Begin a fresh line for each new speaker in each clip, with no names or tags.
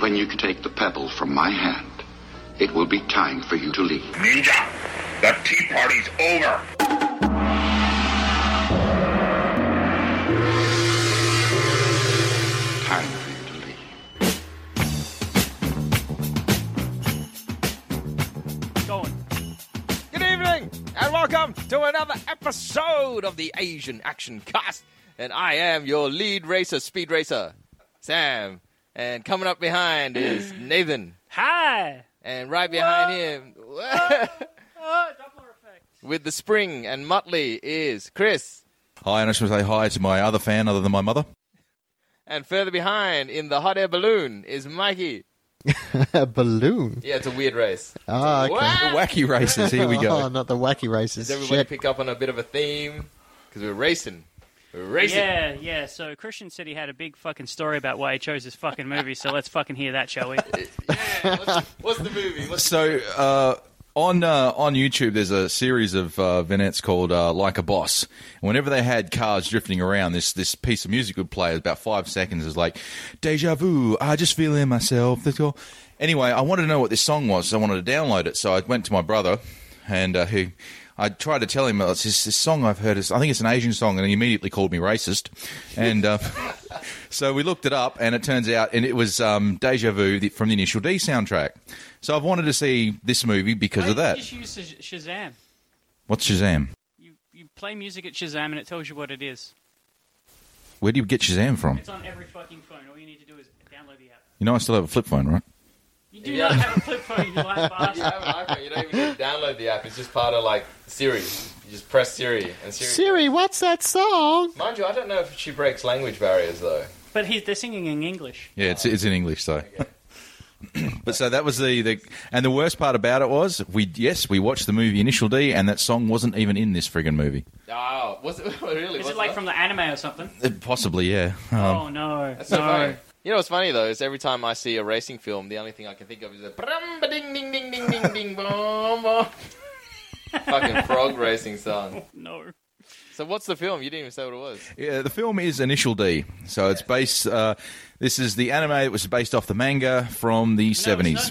when you can take the pebble from my hand, it will be time for you to leave.
Ninja, the tea party's over.
Time for you to leave.
going. Good evening and welcome to another episode of the Asian Action Cast. And I am your lead racer, speed racer, Sam. And coming up behind is Nathan.
Hi.
And right behind him,
Oh, Doppler effect.
with the spring and Motley, is Chris.
Hi, and I just want to say hi to my other fan other than my mother.
And further behind in the hot air balloon is Mikey.
A balloon.
Yeah, it's a weird race.
Ah, okay.
Wow.
Wacky races, here we
Oh,
go.
not the wacky races.
Does everybody
Shit.
pick up on a bit of a theme? Because we're racing. We're racing.
Yeah, yeah. So Christian said he had a big fucking story about why he chose this fucking movie. So let's fucking hear that, shall we?
Yeah, What's, what's the movie? What's
So uh, on uh, on YouTube, there's a series of uh, vignettes called uh, "Like a Boss." And whenever they had cars drifting around, this this piece of music would play. About five seconds is like "Deja Vu." I just feel in myself. That's all. Anyway, I wanted to know what this song was, so I wanted to download it. So I went to my brother, and uh, who. I tried to tell him oh, it's this, this song I've heard. It's, I think it's an Asian song, and he immediately called me racist. And uh, So we looked it up, and it turns out, and it was um, Deja Vu the- from the Initial D soundtrack. So I've wanted to see this movie because of that.
You just use Shaz- Shazam.
What's Shazam?
You you play music at Shazam and it tells you what it is.
Where do you get Shazam from?
It's on every fucking phone. All you need to do is download the app.
You know, I still have a flip phone, right?
You do
Yeah.
not have a flip phone. You lying
You
bastard.
have an iPhone. You don't even need to download the app. It's just part of like Siri. You just press Siri and Siri.
Siri, what's that song?
Mind you, I don't know if she breaks language barriers though.
But he's, they're singing in English.
Yeah, it's, it's in English, though. but so that was the, the and the worst part about it was we yes we watched the movie Initial D, and that song wasn't even in this friggin' movie.
Oh, was it really?
Is
was
it like from the anime or something?
It Uh, possibly, yeah.
oh no,
That's so funny.
no.
You know what's funny though is every time I see a racing film, the only thing I can think of is a brum ba ding ding ding ding ding ding bom bom. Fucking frog racing song.
no.
So what's the film? You didn't even say what it was.
Yeah, the film is Initial D, so it's based. Uh, this is the anime that was based off the manga from the
No, it's
seventies.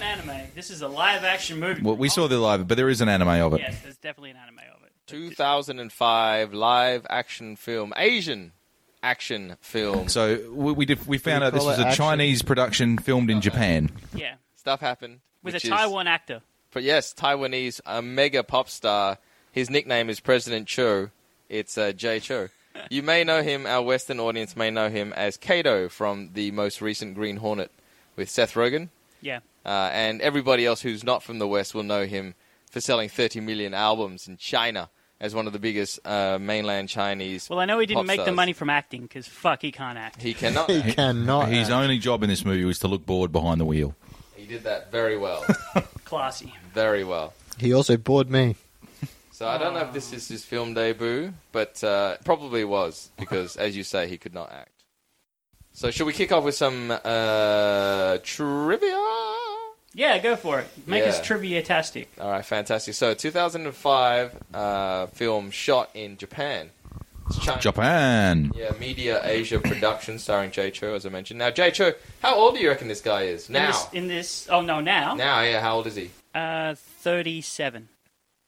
not an anime. This is a live action movie.
Well, we saw
the.
the live, but there is an anime of it.
Yes, there's definitely an anime of it.
2005 live action film, Asian action film.
So we we, did, we found
We
out this
call
was
it
a
action.
Chinese production filmed
Oh,
in Japan.
Yeah,
Stuff happened
with
which
a
is-
Taiwan actor.
But yes, Taiwanese, a mega pop star. His nickname is President Cho. It's uh, Jay Cho. You may know him, our Western audience may know him as Kato from the most recent Green Hornet with Seth Rogen.
Yeah.
Uh, and everybody else who's not from the West will know him for selling 30 million albums in China as one of the biggest uh, mainland Chinese.
Well, I know he didn't
pop
make the
stars.
money from acting because fuck, he can't act.
He cannot.
He
Oh,
cannot.
His
act.
only job in this movie was to look bored behind the wheel.
he did that very well.
Classy.
Very well.
He also bored me.
So I don't know if this is his film debut, but uh, probably was because, as you say, he could not act. So should we kick off with some uh, trivia? All
Yeah, go for it. Make us
Yeah.
trivia tastic.
right, fantastic. So 2005 uh, film shot in Japan. It's China-
Japan.
Yeah, Media Asia production starring Jay Cho, as I mentioned. Now, Jay Cho, how old do you reckon this guy is
In
now?
this, in this oh no, now,
Now, yeah, how old is he?
Uh, thirty-seven.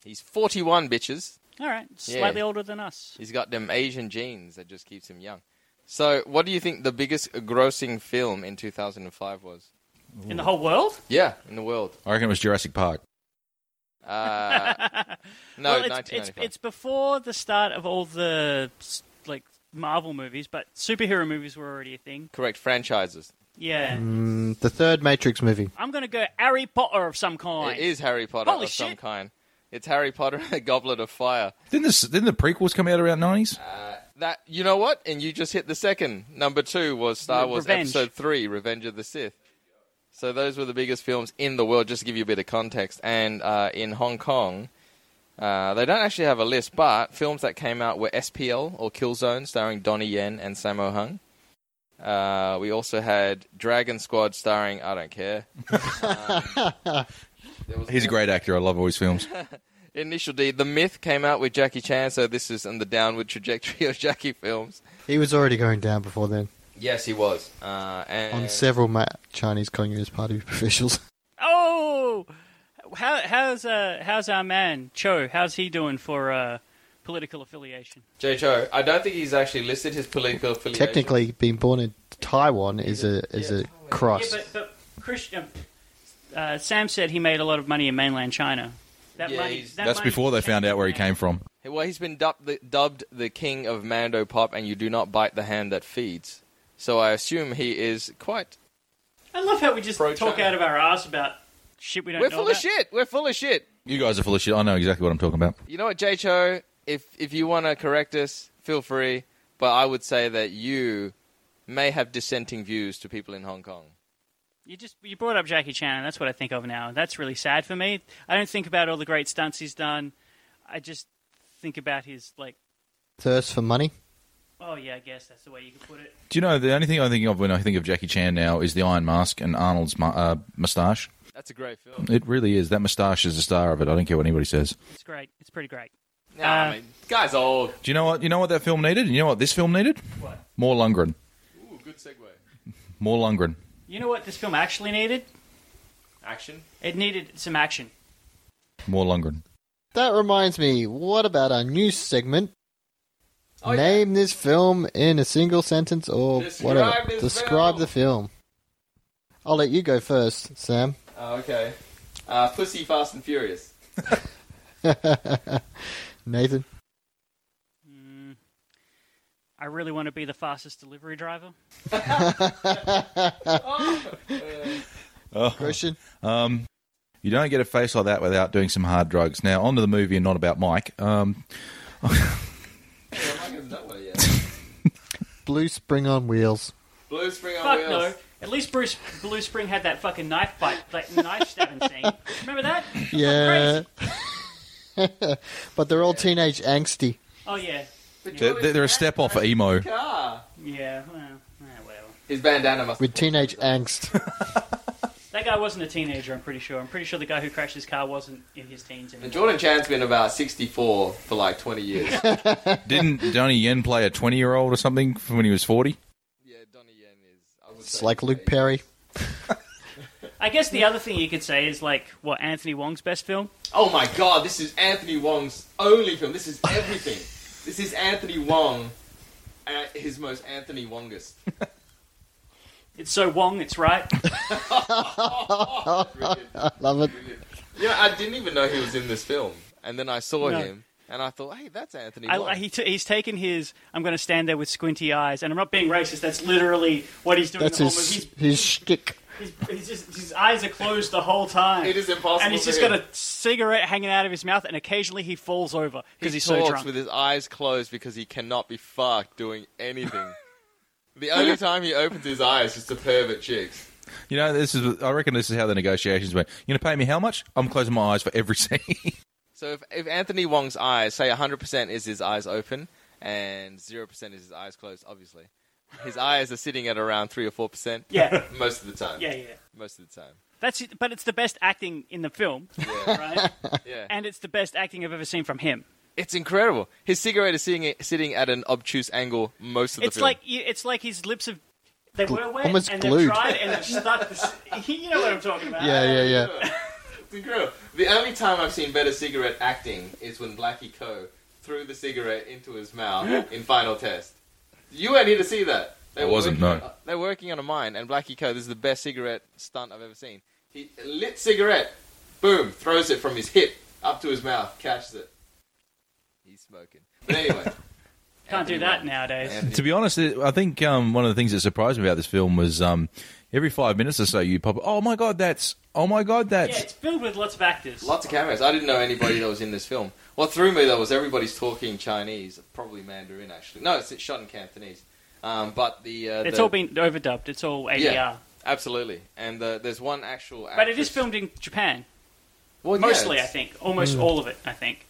He's 41, bitches.
All right,
Yeah.
slightly older than us.
He's got them Asian genes that just keeps him young. So, what do you think the biggest grossing film in 2005 was?
In the whole world?
Yeah, in the world.
I reckon it was Jurassic Park.
Uh, no,
well, it's, it's
1995.
it's before the start of all the s- like Marvel movies, but superhero movies were already a thing.
Correct, franchises.
Yeah,
Mm, the third Matrix movie.
I'm gonna go Harry Potter of some kind.
It is Harry Potter
Holy
of some
shit.
kind. It's Harry Potter and the Goblet of Fire.
Didn't, this, didn't the prequels come out around 90s?
That you know what? And you just hit the second. Number two was Star
Re-
Wars
Revenge.
Episode Three: Revenge of the Sith. So those were the biggest films in the world. Just to give you a bit of context, and uh, in Hong Kong, uh, they don't actually have a list, but films that came out were SPL or Killzone, starring Donnie Yen and Sammo Hung. Uh, we also had Dragon Squad, starring I don't care. There was
He's a great actor. I love all his films.
Initial D. The Myth came out with Jackie Chan, so this is in the downward trajectory of Jackie films.
He was already going down before then.
Yes, he was. Uh, and
on several ma- Chinese Communist Party officials.
Oh, how, how's uh, how's our man Cho? How's he doing for uh, political affiliation?
Jay Cho, I don't think he's actually listed his political affiliation.
Technically, being born in Taiwan is a is a cross.
Yeah, but, but Christian, uh, Sam said he made a lot of money in mainland China. That
Yeah,
money,
he's-
that
That's
money
before they
came
found out where he
from-
came from.
Well, he's been dubbed the, dubbed the king of Mando Pop, and you do not bite the hand that feeds. So I assume he is quite.
I love how we just
Pro
talk
China.
out of our ass about shit we don't
We're
know
full
about.
of shit. We're full of shit.
You guys are full of shit. I know exactly what I'm talking about.
You know what, Jay Cho? If if you want to correct us, feel free. But I would say that you may have dissenting views to people in Hong Kong.
You just you brought up Jackie Chan, and that's what I think of now. That's really sad for me. I don't think about all the great stunts he's done. I just think about his like.
Thirst for money.
Oh yeah, I guess that's the way you could put it.
Do you know the only thing I think of when I think of Jackie Chan now is the Iron Mask and Arnold's mu- uh, moustache?
That's a great
Uh,
film.
It really is. That moustache is the star of it. I don't care what anybody says.
It's great. It's pretty great.
Nah,
Uh,
I mean, guy's old.
Do you know what? You know what that film needed? You know what this film needed?
What?
More Lundgren.
Ooh, good segue.
More Lundgren.
You know what this film actually needed?
Action.
It needed some action.
More Lundgren.
That reminds me. What about our new segment?
Oh, yeah.
Name this film in a single sentence or
Describe
whatever.
this
Describe
film.
the film. I'll let you go first, Sam.
Oh, okay. Uh, Pussy, Fast and Furious.
Nathan.
I really want to be the fastest delivery driver.
Christian.
You don't get a face like that without doing some hard drugs. Now, onto the movie and not about Mike. Um,
Blue Spring on Wheels.
Blue Spring on
Fuck
Wheels.
no. At least Bruce Blue Spring had that fucking knife fight, like knife stabbing scene. Remember that?
Yeah. but they're all teenage angsty.
Oh yeah,
they're, they're a step off of emo.
Car.
yeah. Well, eh, well.
His bandana must
With teenage angst.
That guy wasn't a teenager. I'm pretty sure. I'm pretty sure the guy who crashed his car wasn't in his teens
And
anymore.
Jordan Chan's been about 64 for like 20 years. yeah,
Didn't Donnie Yen play a 20 year old or something from when he was 40?
Donnie Yen is. I would
It's like Luke Perry.
I guess the other thing you could say is like what Anthony Wong's best film.
Oh my god, this is Anthony Wong's only film. This is everything. this is Anthony Wong at his most Anthony Wongest.
It's so Wong, it's right.
Brilliant.
Love it.
You know, I didn't even know he was in this film. And then I saw
No.
him and I thought, hey, that's Anthony
I,
Wong.
I- he t- he's taken his. I'm going to stand there with squinty eyes, and I'm not being racist. That's literally what he's doing.
That's
the whole movie.
his his shtick.
He's, he's, he's just his eyes are closed the whole time.
It is impossible
And he's
for
just
him.
got a cigarette hanging out of his mouth, and occasionally he falls over because
he
he's
talks
so drunk.
with his eyes closed because he cannot be fucked doing anything. the only time he opens his eyes is to pervert chicks.
You know, this is. I reckon this is how the negotiations went. You gonna pay me how much? I'm closing my eyes for every scene.
So if, if Anthony Wong's eyes, say 100% is his eyes open and 0% is his eyes closed, obviously, his eyes are sitting at around 3 or 4%
yeah,
most of the time.
yeah, yeah.
Most of the time.
That's it, but it's the best acting in the film,
Yeah.
right?
yeah.
and it's the best acting I've ever seen from him.
It's incredible. His cigarette is sitting, sitting at an obtuse angle most of the
It's
film.
like you, it's like his lips have they were wet
almost
and
glued.
they've tried and they've stuck. This, you know what I'm talking about?
Yeah, yeah, yeah.
It's incredible. The only time I've seen better cigarette acting is when Blackie Coe threw the cigarette into his mouth in Final Test. You weren't here to see that. They
I
were
wasn't,
working-
no.
They were working on a mine, and Blackie Coe, this is the best cigarette stunt I've ever seen. He lit cigarette, boom, throws it from his hip up to his mouth, catches it. He's smoking. But anyway.
Can't do that nowadays.
to be honest, it- I think um, one of the things that surprised me about this film was um, every five minutes or so you pop. Oh my god, that's. Oh my god,
Yeah,
that's.
it's filled with lots of actors.
Lots of cameras. I didn't know anybody that was in this film. What threw me though was everybody's talking Chinese, probably Mandarin actually. No, it's, it's shot in Cantonese. Um, but the uh,
It's
the-
all been overdubbed. It's all ADR,
Yeah. absolutely. And the, there's one actual.
but it is
actress-
filmed in Japan
Well, yeah,
mostly. I
it's-
think
Mm.
almost all of it. I think.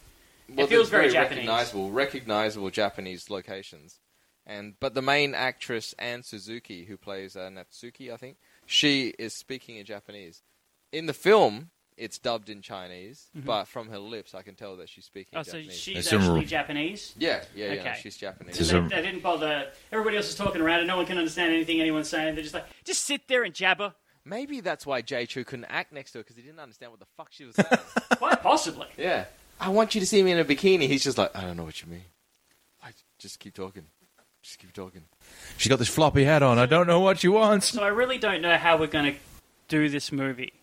well,
it feels
it's
very Japanese.
recognizable, recognizable Japanese locations. And but the main actress Anne Suzuki, who plays uh, Natsuki, I think she is speaking in Japanese. In the film, it's dubbed in Chinese, but from her lips, I can tell that she's speaking
Mm-hmm. Oh, so
Japanese.
she's
It's
actually
a-
Japanese.
yeah, yeah, yeah.
Okay.
She's Japanese.
So
It's
they,
a-
they didn't bother. Everybody else is talking around, and no one can understand anything anyone's saying. They're just like, just sit there and jabber.
Maybe that's why Jay Chu couldn't act next to her because he didn't understand what the fuck she was saying.
Quite possibly.
yeah. I want you to see me in a bikini. He's just like, I don't know what you mean. Like, just keep talking. Just keep talking.
She's got this floppy hat on. I don't know what she wants.
So I really don't know how we're going to do this movie.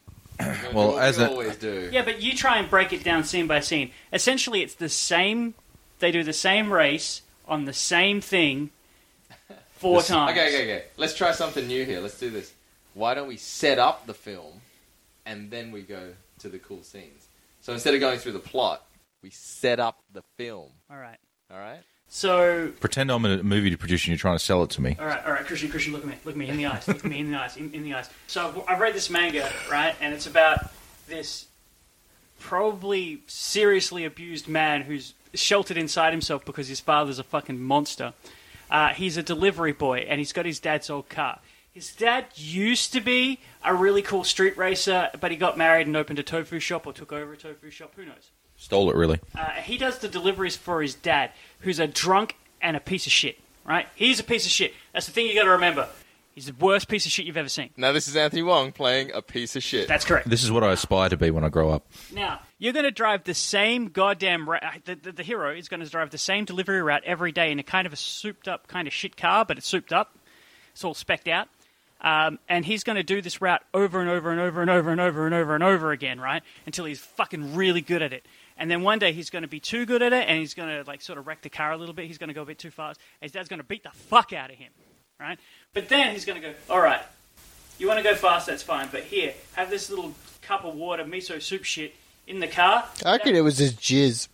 Well, as
we
a,
always do.
Yeah, but you try and break it down scene by scene. Essentially, it's the same. They do the same race on the same thing four times.
Okay, okay, okay. Let's try something new here. Let's do this. Why don't we set up the film and then we go to the cool scenes? So instead of going through the plot, we set up the film.
All right.
All right?
So,
pretend I'm a movie producer and you're trying to sell it to me.
all right, all right, Christian, Christian, look at me, look at me in the eyes, look at me in the eyes, in, in the eyes. So I've, I've read this manga, right, and it's about this probably seriously abused man who's sheltered inside himself because his father's a fucking monster. Uh, he's a delivery boy, and he's got his dad's old car. His dad used to be a really cool street racer, but he got married and opened a tofu shop or took over a tofu shop. Who knows?
Stole it, really.
Uh, he does the deliveries for his dad, who's a drunk and a piece of shit. Right? He's a piece of shit. That's the thing you got to remember. He's the worst piece of shit you've ever seen.
Now, this is Anthony Wong playing a piece of shit.
That's correct.
This is what I aspire to be when I grow up.
Now you're going to drive the same goddamn. Ra- the, the, the hero is going to drive the same delivery route every day in a kind of a souped up kind of shit car, but it's souped up. It's all specked out. Um, and he's going to do this route over and over and over and over and over and over and over again, right? Until he's fucking really good at it. And then one day he's going to be too good at it, and he's going to like sort of wreck the car a little bit. He's going to go a bit too fast. His dad's going to beat the fuck out of him, right? But then he's going to go, all right, you want to go fast, that's fine. But here, have this little cup of water, miso soup shit in the car.
I reckon it was his jizz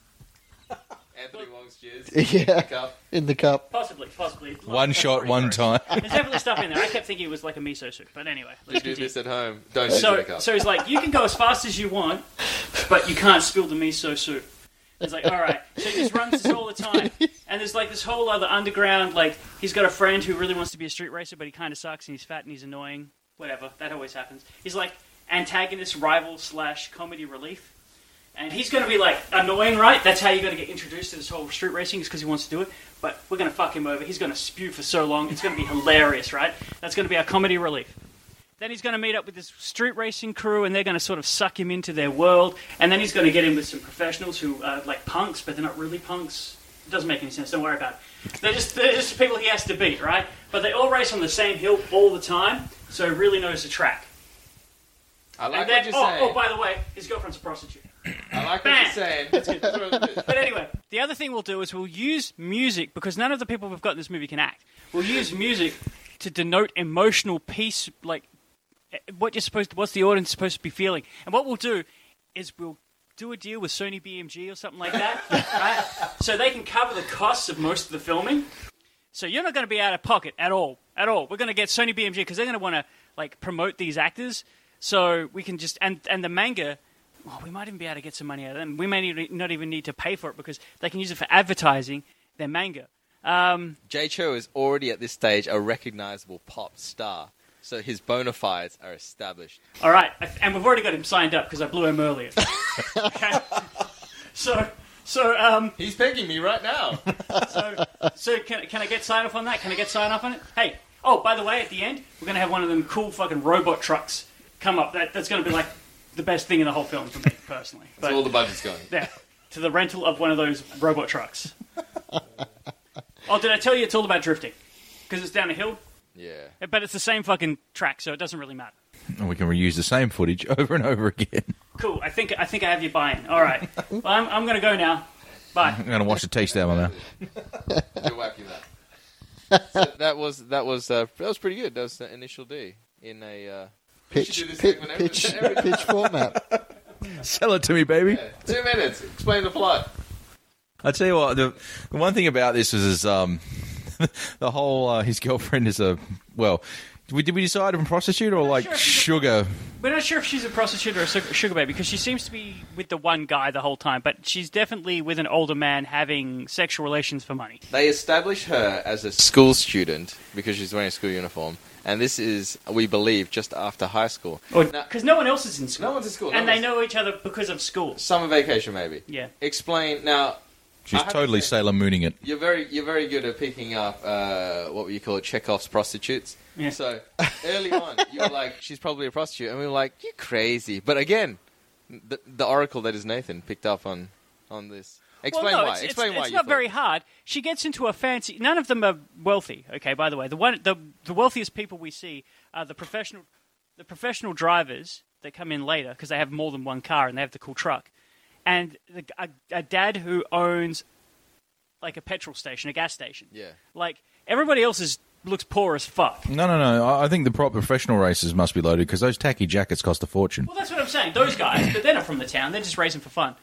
Anthony Wong's jizz.
Yeah.
Cup.
in the cup.
Possibly, possibly.
One shot, one time.
There's definitely stuff in there. I kept thinking it was like a miso soup, but anyway.
You
Let's
do
continue.
this at home. Don't so,
So,
a cup.
so he's like, you can go as fast as you want, but you can't spill the miso soup. He's like, all right. So he just runs this all the time, and there's like this whole other underground. Like he's got a friend who really wants to be a street racer, but he kind of sucks and he's fat and he's annoying. Whatever, that always happens. He's like antagonist, rival slash comedy relief, and he's going to be like annoying, right? That's how you're going to get introduced to this whole street racing is because he wants to do it. But we're going to fuck him over. He's going to spew for so long. It's going to be hilarious, right? That's going to be our comedy relief. Then he's going to meet up with this street racing crew, and they're going to sort of suck him into their world. And then he's going to get in with some professionals who are like punks, but they're not really punks. It doesn't make any sense. Don't worry about it. They're just they're just the people he has to beat, right? But they all race on the same hill all the time, so he really knows the track.
I like
and then,
what you're
oh,
saying.
oh, by the way, his girlfriend's a prostitute.
I like what
Bang.
you're saying. That's
But anyway, the other thing we'll do is we'll use music because none of the people we've got in this movie can act. We'll use music to denote emotional piece, like eh, what you're supposed, to, what's the audience supposed to be feeling. And what we'll do is we'll do a deal with Sony BMG or something like that, right? so they can cover the costs of most of the filming. So you're not going to be out of pocket at all, at all. We're going to get Sony BMG because they're going to want to like promote these actors, so we can just and and the manga. Well, Oh, we might even be able to get some money out of them. We may need, not even need to pay for it because they can use it for advertising their manga.
Jay Cho is already at this stage a recognizable pop star, so his bona fides are established.
All right, I- and we've already got him signed up because I blew him earlier. okay, so so um
He's pegging me right now.
so so can can I get sign off on that? Can I get sign off on it? Hey, oh by the way, at the end we're gonna have one of them cool fucking robot trucks come up. That that's gonna be like the best thing in the whole film for me personally. But-
so all the budget's going.
Yeah, to the rental of one of those robot trucks. oh, did I tell you it's all about drifting? Because it's down a hill,
Yeah.
but it's the same fucking track, so it doesn't really matter.
And we can reuse the same footage over and over again.
Cool. I think I think I have you buying. All right. Well, I'm, I'm gonna go now. Bye.
I'm going to watch the taste out of my mouth.
You're whacking that. So that was that was uh, that was pretty good. That was the initial D in a uh, we should
Pitch,
do this
pitch,
segment every-
pitch,
every-
pitch format.
Sell it to me, baby.
two minutes. Explain the plot.
I tell you what, the, the one thing about this is, is um, the whole uh, his girlfriend is a well. Did we, did we decide on prostitute or like
sure if she's
sugar?
We're not sure if she's a prostitute or a su- sugar baby because she seems to be with the one guy the whole time, but she's definitely with an older man having sexual relations for money.
They establish her as a school student because she's wearing a school uniform, and this is we believe just after high school.
Because no one else is in school.
Oh, No one's in school, no
And they
one's-
know each other because of school.
Summer vacation, maybe.
Yeah.
Explain now.
She's
I have
totally
to say-
Sailor Mooning it.
You're very you're very good at picking up uh, what would you call it, Chekhov's prostitutes.
Yeah.
So early on, you were like, "She's probably a prostitute," and we were like, "You crazy!" But again, the, the oracle that is Nathan picked up on on this. Explain
well, no,
why.
It's,
Explain
it's,
why.
It's
you
not
thought-
very hard. She gets into a fancy. None of them are wealthy. Okay, by the way, the one the the wealthiest people we see are the professional the professional drivers that come in later because they have more than one car and they have the cool truck, and the, a, a dad who owns like a petrol station, a gas station.
Yeah.
Like everybody else is looks poor as fuck.
No, no, no. I- I think the prop professional racers must be loaded because those tacky jackets cost a fortune.
Well, that's what I'm saying. Those guys, but they're not from the town. They're just racing for fun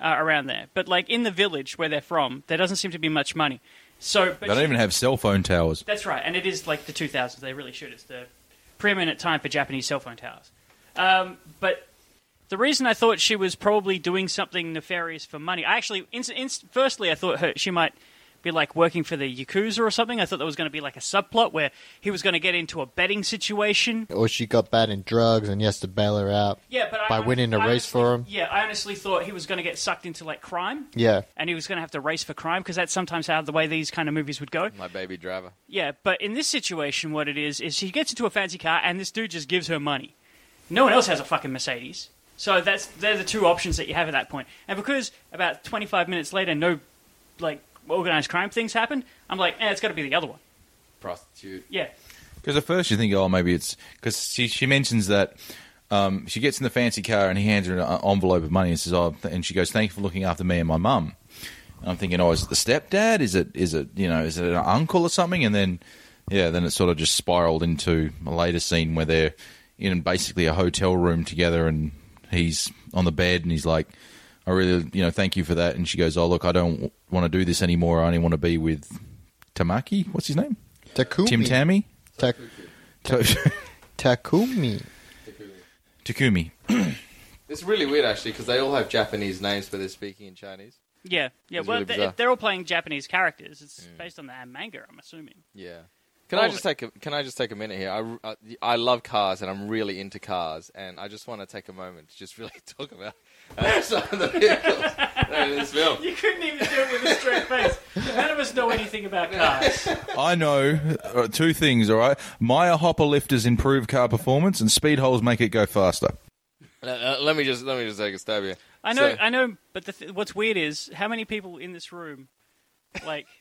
uh, around there. But like in the village where they're from, there doesn't seem to be much money. So but
They don't
she-
even have cell phone towers.
That's right, and it is like the 2000s. They really should. It's the preeminent time for Japanese cell phone towers. Um, but the reason I thought she was probably doing something nefarious for money, I actually, inst- inst- firstly, I thought her, she might be like working for the yakuza or something. I thought there was going to be like a subplot where he was going to get into a betting situation.
Or she got bad in drugs and he has to bail her out.
Yeah, but I
by
honest-
winning a
I
race
honestly-
for him.
Yeah, I honestly thought he was going to get sucked into like crime.
Yeah.
And he was going to have to race for crime because that's sometimes how the way these kind of movies would go.
My baby driver.
Yeah, but in this situation, what it is is she gets into a fancy car, and this dude just gives her money. No one else has a fucking Mercedes, so that's they're the two options that you have at that point. And because about twenty five minutes later, no like organized crime things happen, I'm like, eh, it's got to be the other one.
Prostitute.
Yeah,
Because at first you think, oh, maybe it's because she, she mentions that um, she gets in the fancy car and he hands her an uh, envelope of money and says, oh, th- and she goes, thank you for looking after me and my mum. And I'm thinking, oh, is it the stepdad? Is it is it you know is it an uncle or something? And then yeah, then it sort of just spiraled into a later scene where they're in basically a hotel room together and he's on the bed and he's like. I really, you know, thank you for that. And she goes, "Oh, look, I don't w- want to do this anymore. I only want to be with Tamaki. What's his name?
Takumi.
Tim Tammy.
Ta-
To-
Takumi.
Takumi.
It's really weird actually because they all have Japanese names, but they're speaking in Chinese.
yeah, yeah.
It's
well,
really
they-
bizarre.
they're all playing Japanese characters. It's based on the manga, I'm assuming.
Yeah. Can
All
I
of
just take a, can I just take a minute here? I, I, I love cars and I'm really into cars and I just want to take a moment to just really talk about uh, some of the vehicles that are in this film.
You couldn't even do it with a straight face. None of us know anything about cars.
I know uh, two things, all right? Meyer hopper lifters improve car performance, and speed holes make it go faster.
Uh, uh, let me just let me just take a stab here.
I know,
So-
I know, but the th- what's weird is how many people in this room, like,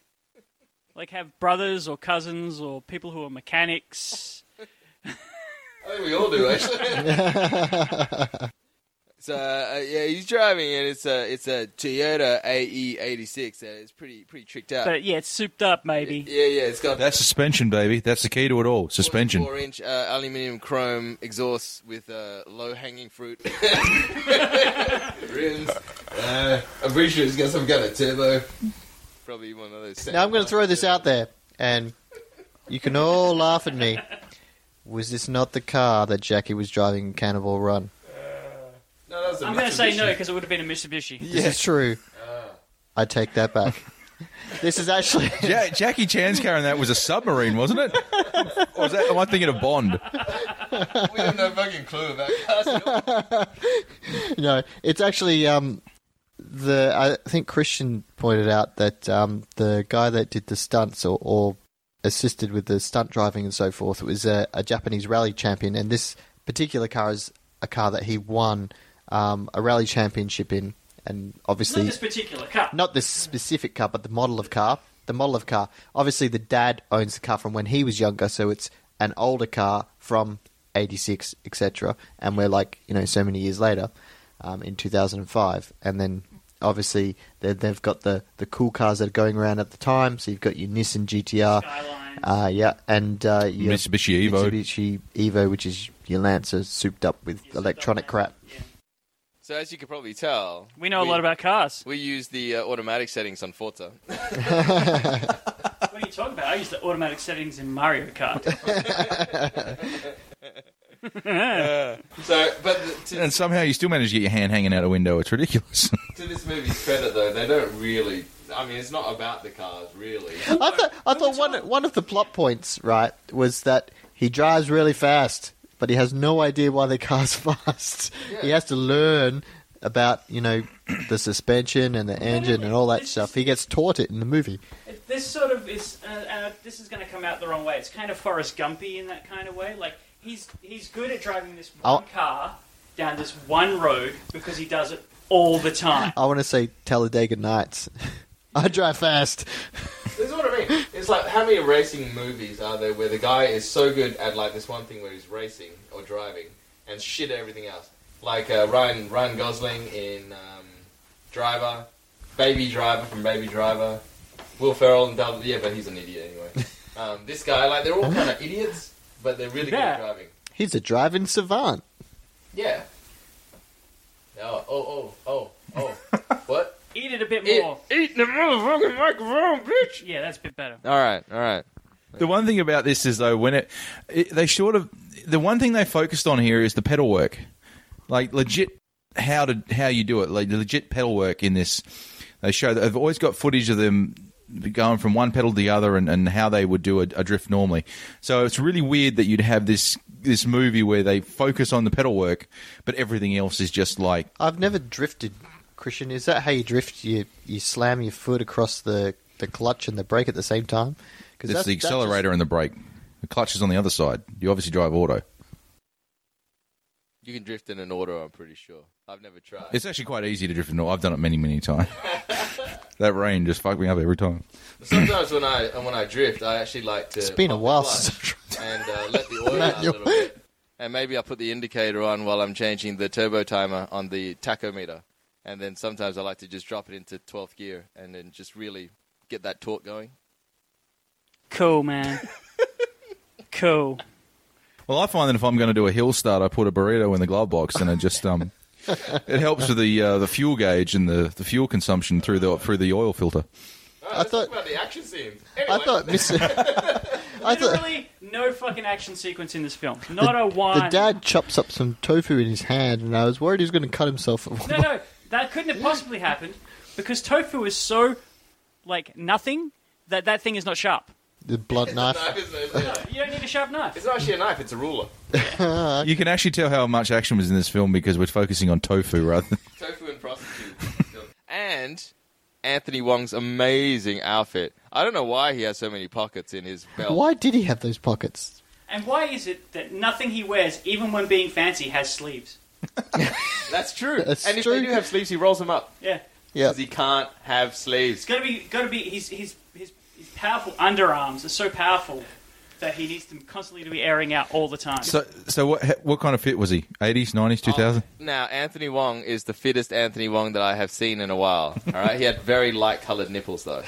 like have brothers or cousins or people who are mechanics.
I think we all do actually. so uh, yeah, he's driving and it's a it's a Toyota AE86 and it's pretty pretty tricked out.
But yeah, it's souped up,
yeah,
maybe.
yeah, it's got
That's suspension, baby. That's the key to it all. Suspension.
Four inch uh, aluminium chrome exhaust with uh, low hanging fruit rims. Uh, I'm pretty sure it's got some kind of turbo. Probably one of those.
Now I'm going to throw this out there, and you can all laugh at me. Was this not the car that Jackie was driving in Cannibal Run?
No, that was a
I'm going to say no
Mitsubishi.
because it would have been a Mitsubishi.
This is true.
Ah.
I take that back. this is actually
Ja- Jackie Chan's car in that was a submarine, wasn't it? or was that, am I thinking of Bond?
We have no fucking clue about cars. at all.
no. It's actually um, the I think Christian pointed out that um, the guy that did the stunts or, or assisted with the stunt driving and so forth was a, a Japanese rally champion, and this particular car is a car that he won um, a rally championship in, and
It's
obviously
not this particular car.
not this specific car, but the model of car. The model of car. Obviously, the dad owns the car from when he was younger, so it's an older car from '86, etc. And we're like, you know, so many years later, um, in 2005, and then obviously they- they've got the the cool cars that are going around at the time. So you've got your Nissan GTR,
Skyline.
uh, yeah, and uh, your
Mitsubishi Evo.
Mitsubishi Evo, which is your Lancer souped up with electronic crap.
Yeah.
So as you can probably tell,
We know a lot about cars.
We use the uh, automatic settings on Forza.
What are you talking about? I use the automatic settings in Mario Kart.
So, but the, to,
And somehow you still manage to get your hand hanging out a window. It's ridiculous.
to this movie's credit, though, they don't really. I mean, it's not about the cars, really.
I thought I thought one one of the plot points right was that He drives really fast, but he has no idea why the car's fast. He has to learn about you know the suspension and the engine and all that stuff. He gets taught it in the movie.
It- This sort of is. Uh, uh, this is going to come out the wrong way. It's kind of Forrest Gumpy in that kind of way. Like he's he's good at driving this one
I'll-
car down this one road because he does it all the time.
I want to say Talladega Nights. I drive fast.
This is what I mean. It's like how many racing movies are there where the guy is so good at like this one thing where he's racing or driving and shit at everything else. Like uh, Ryan Ryan Gosling in um, Driver, Baby Driver from Baby Driver, Will Ferrell and Double. Yeah, but he's an idiot anyway. Um, this guy, like they're all kind of idiots, but they're really good at
Yeah.
driving.
He's a driving savant.
Yeah. Oh oh oh oh oh. what?
Eat it a bit
Eat-
more.
eat the motherfucking microphone, bitch.
Yeah, that's a bit better.
All right, all right.
The one thing about this is though, when it, it they sort of the one thing they focused on here is the pedal work, like legit how to how you do it, like the legit pedal work in this. They show that I've always got footage of them going from one pedal to the other and, and how they would do a, a drift normally. So it's really weird that you'd have this this movie where they focus on the pedal work, but everything else is just like
I've never drifted, Christian. Is that how you drift? You you slam your foot across the, the clutch and the brake at the same time? Because
it's the accelerator and the brake. The clutch is on the other side. You obviously drive auto.
You can drift in an auto, I'm pretty sure. I've never tried.
It's actually quite easy to drift in. I've done it many, many times. that rain just fucked me up every time.
Sometimes when I when I drift, I actually like to.
it's been a
pop the
while
clutch
since. I've
And uh, let the oil out a
Manual.
little bit. And maybe I put the indicator on while I'm changing the turbo timer on the tachometer, and then sometimes I like to just drop it into 12th gear and then just really get that torque going.
Cool, man. cool.
Well, I find that if I'm going to do a hill start, I put a burrito in the glove box, and it just um, it helps with the uh, the fuel gauge and the, the fuel consumption through the through the oil filter.
I thought
About the action scenes.
I thought Mr. I thought
Literally no fucking action sequence in this film. Not a one.
the dad chops up some tofu in his hand, and I was worried he was going to cut himself.
No, no, that couldn't have possibly happened because tofu is so like nothing that that thing is not sharp.
The blunt knife.
You don't need a sharp knife.
not actually a knife; it's a ruler.
You can actually tell how much action was in this film because we're focusing on tofu rather. Than,
Tofu and prostitute. and Anthony Wong's amazing outfit. I don't know why he has so many pockets in his belt.
Why did he have those pockets?
And why is it that nothing he wears, even when being fancy, has sleeves?
That's true.
That's
and if
true.
they do have sleeves, he rolls them up
Yeah,
Yeah,
because he can't have sleeves.
it's gotta be, gotta be. His his his, his powerful underarms are so powerful that he needs them constantly to be airing out all the time.
so, so what what kind of fit was he? 80s, 90s, 2000?
Now, Anthony Wong is the fittest Anthony Wong that I have seen in a while. All right, he had very light colored nipples, though.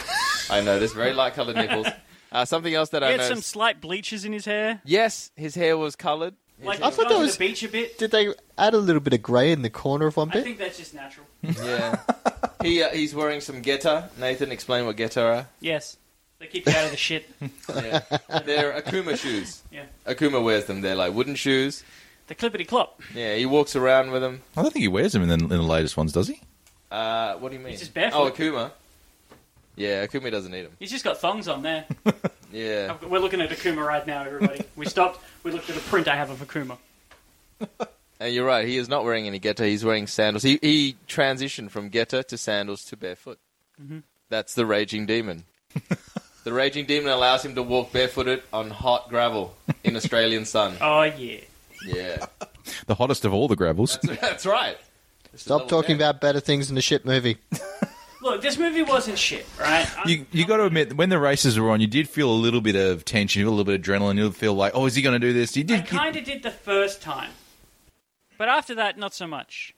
I noticed very light colored nipples. Uh, something else that
he
I
had
noticed.
some slight bleaches in his hair.
yes, his hair was colored.
Like
I
I
thought
thought
that
to
was-
the beach a bit.
did they add a little bit of grey in the corner of one
I
bit?
think that's just natural.
Yeah, he uh, he's wearing some getter. Nathan, explain what getter are.
Yes, they keep you out of the shit.
Yeah. They're Akuma shoes.
Yeah,
Akuma wears them. They're like wooden shoes.
the clippity clop.
Yeah, he walks around with them.
I don't think he wears them in the, in the latest ones, does he?
Uh, what do you mean?
He's just barefoot.
Oh, Akuma. Yeah, Akuma doesn't need them.
He's just got thongs on there.
Yeah.
I've got- We're looking at Akuma right now, everybody. We stopped. We looked at a print I have of Akuma.
And you're right. He is not wearing any geta. He's wearing sandals. He he transitioned from geta to sandals to barefoot.
Mm-hmm.
That's the raging demon. the raging demon allows him to walk barefooted on hot gravel in Australian sun.
Oh yeah.
Yeah,
The hottest of all the gravels.
that's, that's right.
Stop talking about better things in the shit movie.
Look, this movie wasn't shit, right? I'm-
You you got to admit when the races were on, you did feel a little bit of tension, a little bit of adrenaline. You feel like, oh, is he going to do this? You
I
did.
kind of did the first time, but after that, not so much.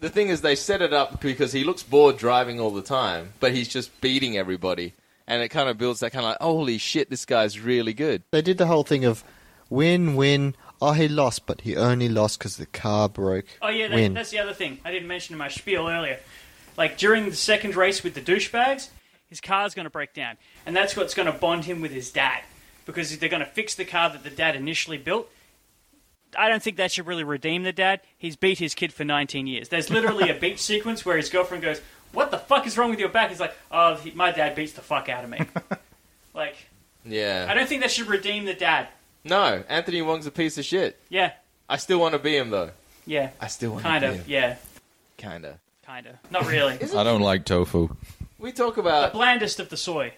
The thing is, they set it up because he looks bored driving all the time, but he's just beating everybody, and it kind of builds that kind of like, holy shit, this guy's really good.
They did the whole thing of win, win. Oh, he lost, but he only lost because the car broke.
Oh yeah, that,
win.
that's the other thing I didn't mention in my spiel earlier. Like during the second race with the douchebags, his car's going to break down, and that's what's going to bond him with his dad because they're going to fix the car that the dad initially built. I don't think that should really redeem the dad. He's beat his kid for 19 years. There's literally a beach sequence where his girlfriend goes, "What the fuck is wrong with your back?" He's like, "Oh, he, my dad beats the fuck out of me." like,
Yeah,
I don't think that should redeem the dad.
No, Anthony Wong's a piece of shit.
Yeah,
I still want to be him though.
yeah,
I still want
kind
to be
of,
him.
yeah,
Kind of.
kind of, not really.
I don't like tofu.
We talk
the
about.
blandest of the soy.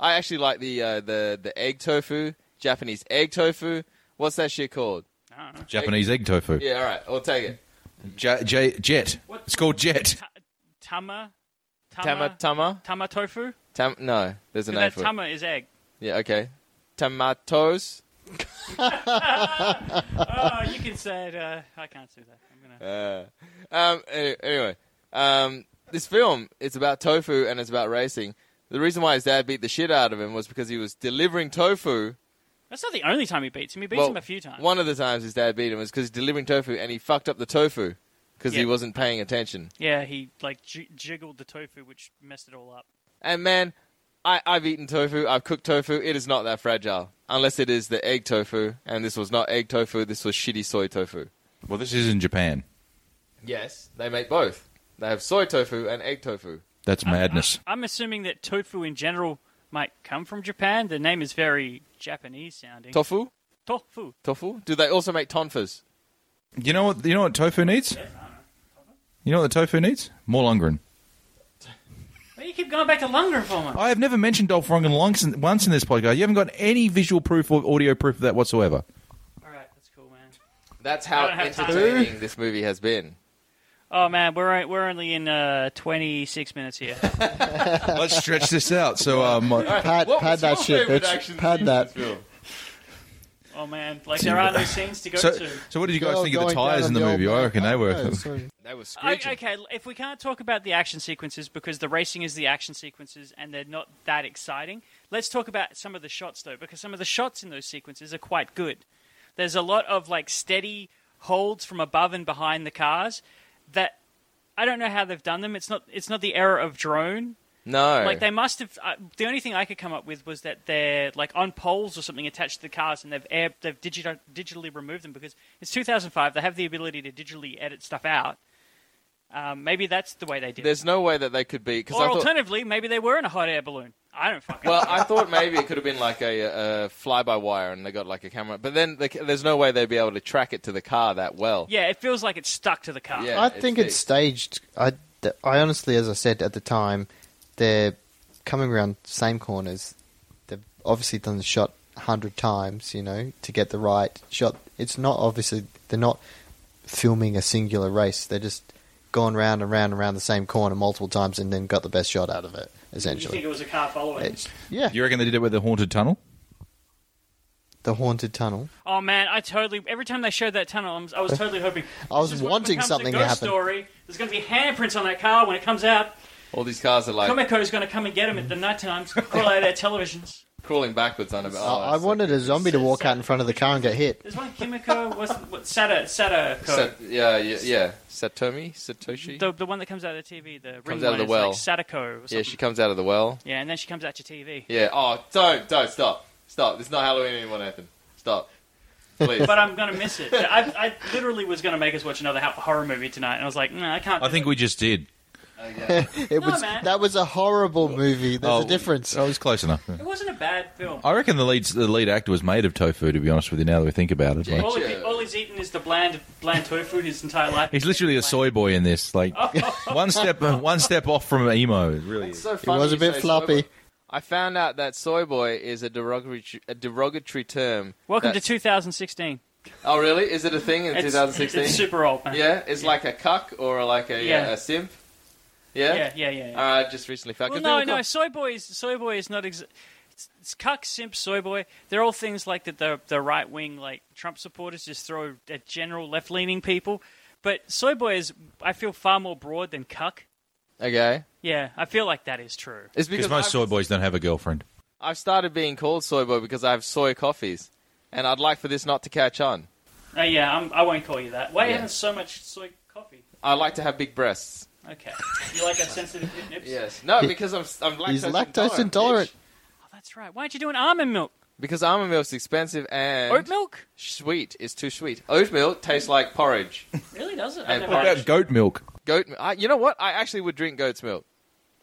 I actually like the uh, the the egg tofu, Japanese egg tofu. What's that shit called?
I don't know.
Japanese egg tofu.
Yeah, all right, I'll take it.
J- J- jet.
What-
It's called jet.
Tama,
Tama
tama,
tama
tama tofu.
tam. No, there's a
'Cause
name
That
for it.
tama is egg.
Yeah, okay. Tomatoes.
Oh, you can say it. Uh, I can't do that. I'm gonna.
Uh, um, any- anyway, um, this film it's about tofu and it's about racing. The reason why his dad beat the shit out of him was because he was delivering tofu.
That's not the only time he beats him. He beats
well,
him a few times.
One of the times his dad beat him was because he's delivering tofu and he fucked up the tofu because he
Yeah.
wasn't paying attention.
Yeah, he like j- jiggled the tofu, which messed it all up.
And man, I, I've eaten tofu. I've cooked tofu. It is not that fragile, unless it is the egg tofu. And this was not egg tofu. This was shitty soy tofu.
Well, this is in Japan.
Yes, they make both. They have soy tofu and egg tofu.
That's madness.
I'm assuming that tofu in general might come from Japan. The name is very Japanese sounding.
Tofu,
tofu.
tofu. Do they also make tonfas?
You know what? You know what tofu needs? You know what the tofu needs? More Lundgren.
Why do Oh, you keep going back to Lungren for me?
I have never mentioned Dolph Lundgren once in, once in this podcast. You haven't got any visual proof or audio proof of that whatsoever.
All right, that's cool, man.
That's
I
how
don't have time.
entertaining this movie has been.
Oh man, we're we're only in uh, 26 minutes here.
Let's stretch this out. So, um,
Pad,
What
pad
was
that
your
shit,
favorite
bitch.
action
Pad
scene
that.
in this film?
oh man, like there are no scenes to go
so,
to.
so what did you guys
Girl
think of the
going down
tires in
on
the
old
movie? I
man.
reckon they were.
Oh, sorry.
They were
I,
screeching.
okay, if we can't talk about the action sequences because the racing is the action sequences and they're not that exciting, let's talk about some of the shots though because some of the shots in those sequences are quite good. There's a lot of like steady holds from above and behind the cars that I don't know how they've done them. It's not it's not the era of drone.
No,
Like they must have. Uh, the only thing I could come up with was that they're like on poles or something attached to the cars, and they've air, they've digi- digitally removed them because it's 2005. They have the ability to digitally edit stuff out. Um, maybe that's the way they did. it.
there's no way that they could be. Cause
Or
I thought,
alternatively, maybe they were in a hot air balloon. I don't fucking.
well,
know.
I thought maybe it could have been like a, a fly by wire, and they got like a camera. But then the, ca- there's no way they'd be able to track it to the car that well.
yeah, it feels like it's stuck to the car.
Yeah.
I
it's
think
the-
it's staged. I, th- I honestly, as I said at the time, they're coming around same corners. They've obviously done the shot a hundred times, you know, to get the right shot. It's not obviously they're not filming a singular race. They're just gone round and round and round the same corner multiple times and then got the best shot out of it.
You think
Essentially,
it was a car following?
It's- yeah,
You reckon they did it with the haunted tunnel?
the haunted tunnel.
Oh man, I totally. Every time they showed that tunnel, I was, I was totally hoping.
I was
this is what
wanting
becomes
something
a
to
ghost
happen.
Story. There's going to be handprints on that car when it comes out.
All these cars are like
Comico's going to come and get him at the night times, crawl out of their televisions.
crawling backwards on a. Oh,
I, I
so-
wanted a zombie to walk out in front of the car and get hit.
There's one Kimiko, was what, Sata, Sata Co.
Sat- yeah, yeah, yeah. Satomi, Satoshi.
The, the one that comes out of the TV, the ring one,
out of the
is
well.
like Sadako or something.
yeah, she comes out of the well.
Yeah, and then she comes out your TV.
Yeah. Oh, don't, don't stop, stop. It's not Halloween anymore, Nathan. Stop, please.
But I'm going to miss it. I, I literally was going to make us watch another ho- horror movie tonight, and I was like, nah, I can't.
I
do
think
it.
we just did.
It was
man.
that was a horrible movie. There's
Oh,
a difference.
I was close enough.
It wasn't a bad film.
I reckon the lead the lead actor was made of tofu. To be honest with you, now that we think about
Oh,
it, like,
All, he, all he's eaten is the bland, bland tofu his entire life.
he's literally a soy boy in this. Like one step one step off from emo. It really
It's
is.
so
It
funny
was a
you
bit
say soy
floppy.
boy. I found out that soy boy is a derogatory a derogatory term.
Welcome
that's-
to 2016.
Oh, really? Is it a thing in
It's-
2016?
It's super old, man.
yeah, it's like a cuck or like a, uh,
Yeah.
a simp. Yeah.
yeah, yeah, yeah. yeah.
All right, just recently found.
Well,
'cause
no,
people
no,
call-
soy boy is soy boy is not ex- it's, it's cuck, simp, soy boy. They're all things like that. The the right wing like Trump supporters just throw at general left leaning people. But soy boy is I feel far more broad than cuck.
Okay,
Yeah, I feel like that is true.
it's
Because
because
most
I've,
soy boys don't have a girlfriend.
I've started being called soy boy because I have soy coffees, and I'd like for this not to catch on.
Uh, yeah, I'm, I won't call you that. Why are you
Yeah.
having so much soy coffee?
I like to have big breasts.
Okay, you like our sensitive nips?
Yes. No, because I'm I'm lactose
He's
intolerant.
lactose intolerant.
bitch.
Oh, that's right. Why aren't you doing almond milk,
Because almond milk's expensive and
oat milk?
sweet is too sweet. Oat milk tastes like porridge.
Really does it?
And
I've never
what
had it.
about
goat milk?
Goat. mi- I, you know what? I actually would drink goat's milk.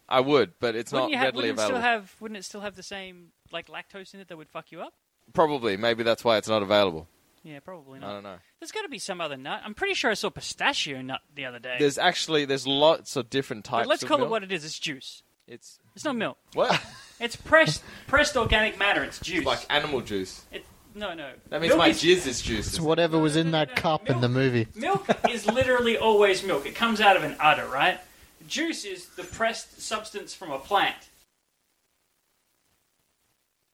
I would, but it's
Wouldn't
not
you ha-
readily
wouldn't it
available.
Still have, wouldn't it still have the same like lactose in it that would fuck you up?
Probably. Maybe that's why it's not available.
Yeah, probably
I
not.
don't know.
There's got to be some other nut. I'm pretty sure I saw pistachio nut the other day.
There's actually there's lots of different types.
but let's
of
call
milk.
it what it is. It's juice.
it's.
It's not milk.
What?
It's pressed pressed organic matter. It's juice.
like animal juice.
It- no, no.
That means
Milk
my
is-
jizz is juice.
It's whatever was in that cup in the movie.
Milk is literally always milk. It comes out of an udder, right? Juice is the pressed substance from a plant.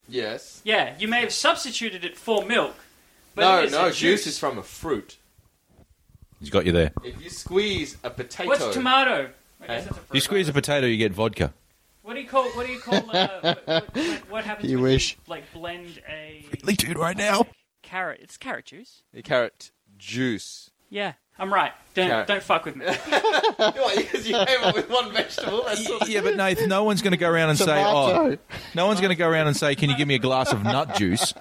Yes.
Yeah, you may have substituted it for milk. But
No,
it is
no.
a
Juice. is from a fruit.
He's got you there.
If you squeeze a potato,
What's tomato? I guess that's a
You
fruit.
squeeze a potato, you get vodka.
What do you call? What do you call? Uh, what, what, what- what happens?
You
when
wish.
like blend a
dude, right now.
carrot. It's carrot juice.
a carrot juice.
Yeah, I'm right. Don't
Carrot.
don't fuck with me.
Because you came up with one vegetable. That's all.
Yeah, but Nathan, no one's going to go around and say, "Oh,
Tomato.
no one's going to go around and say, can you give me a glass of nut juice?"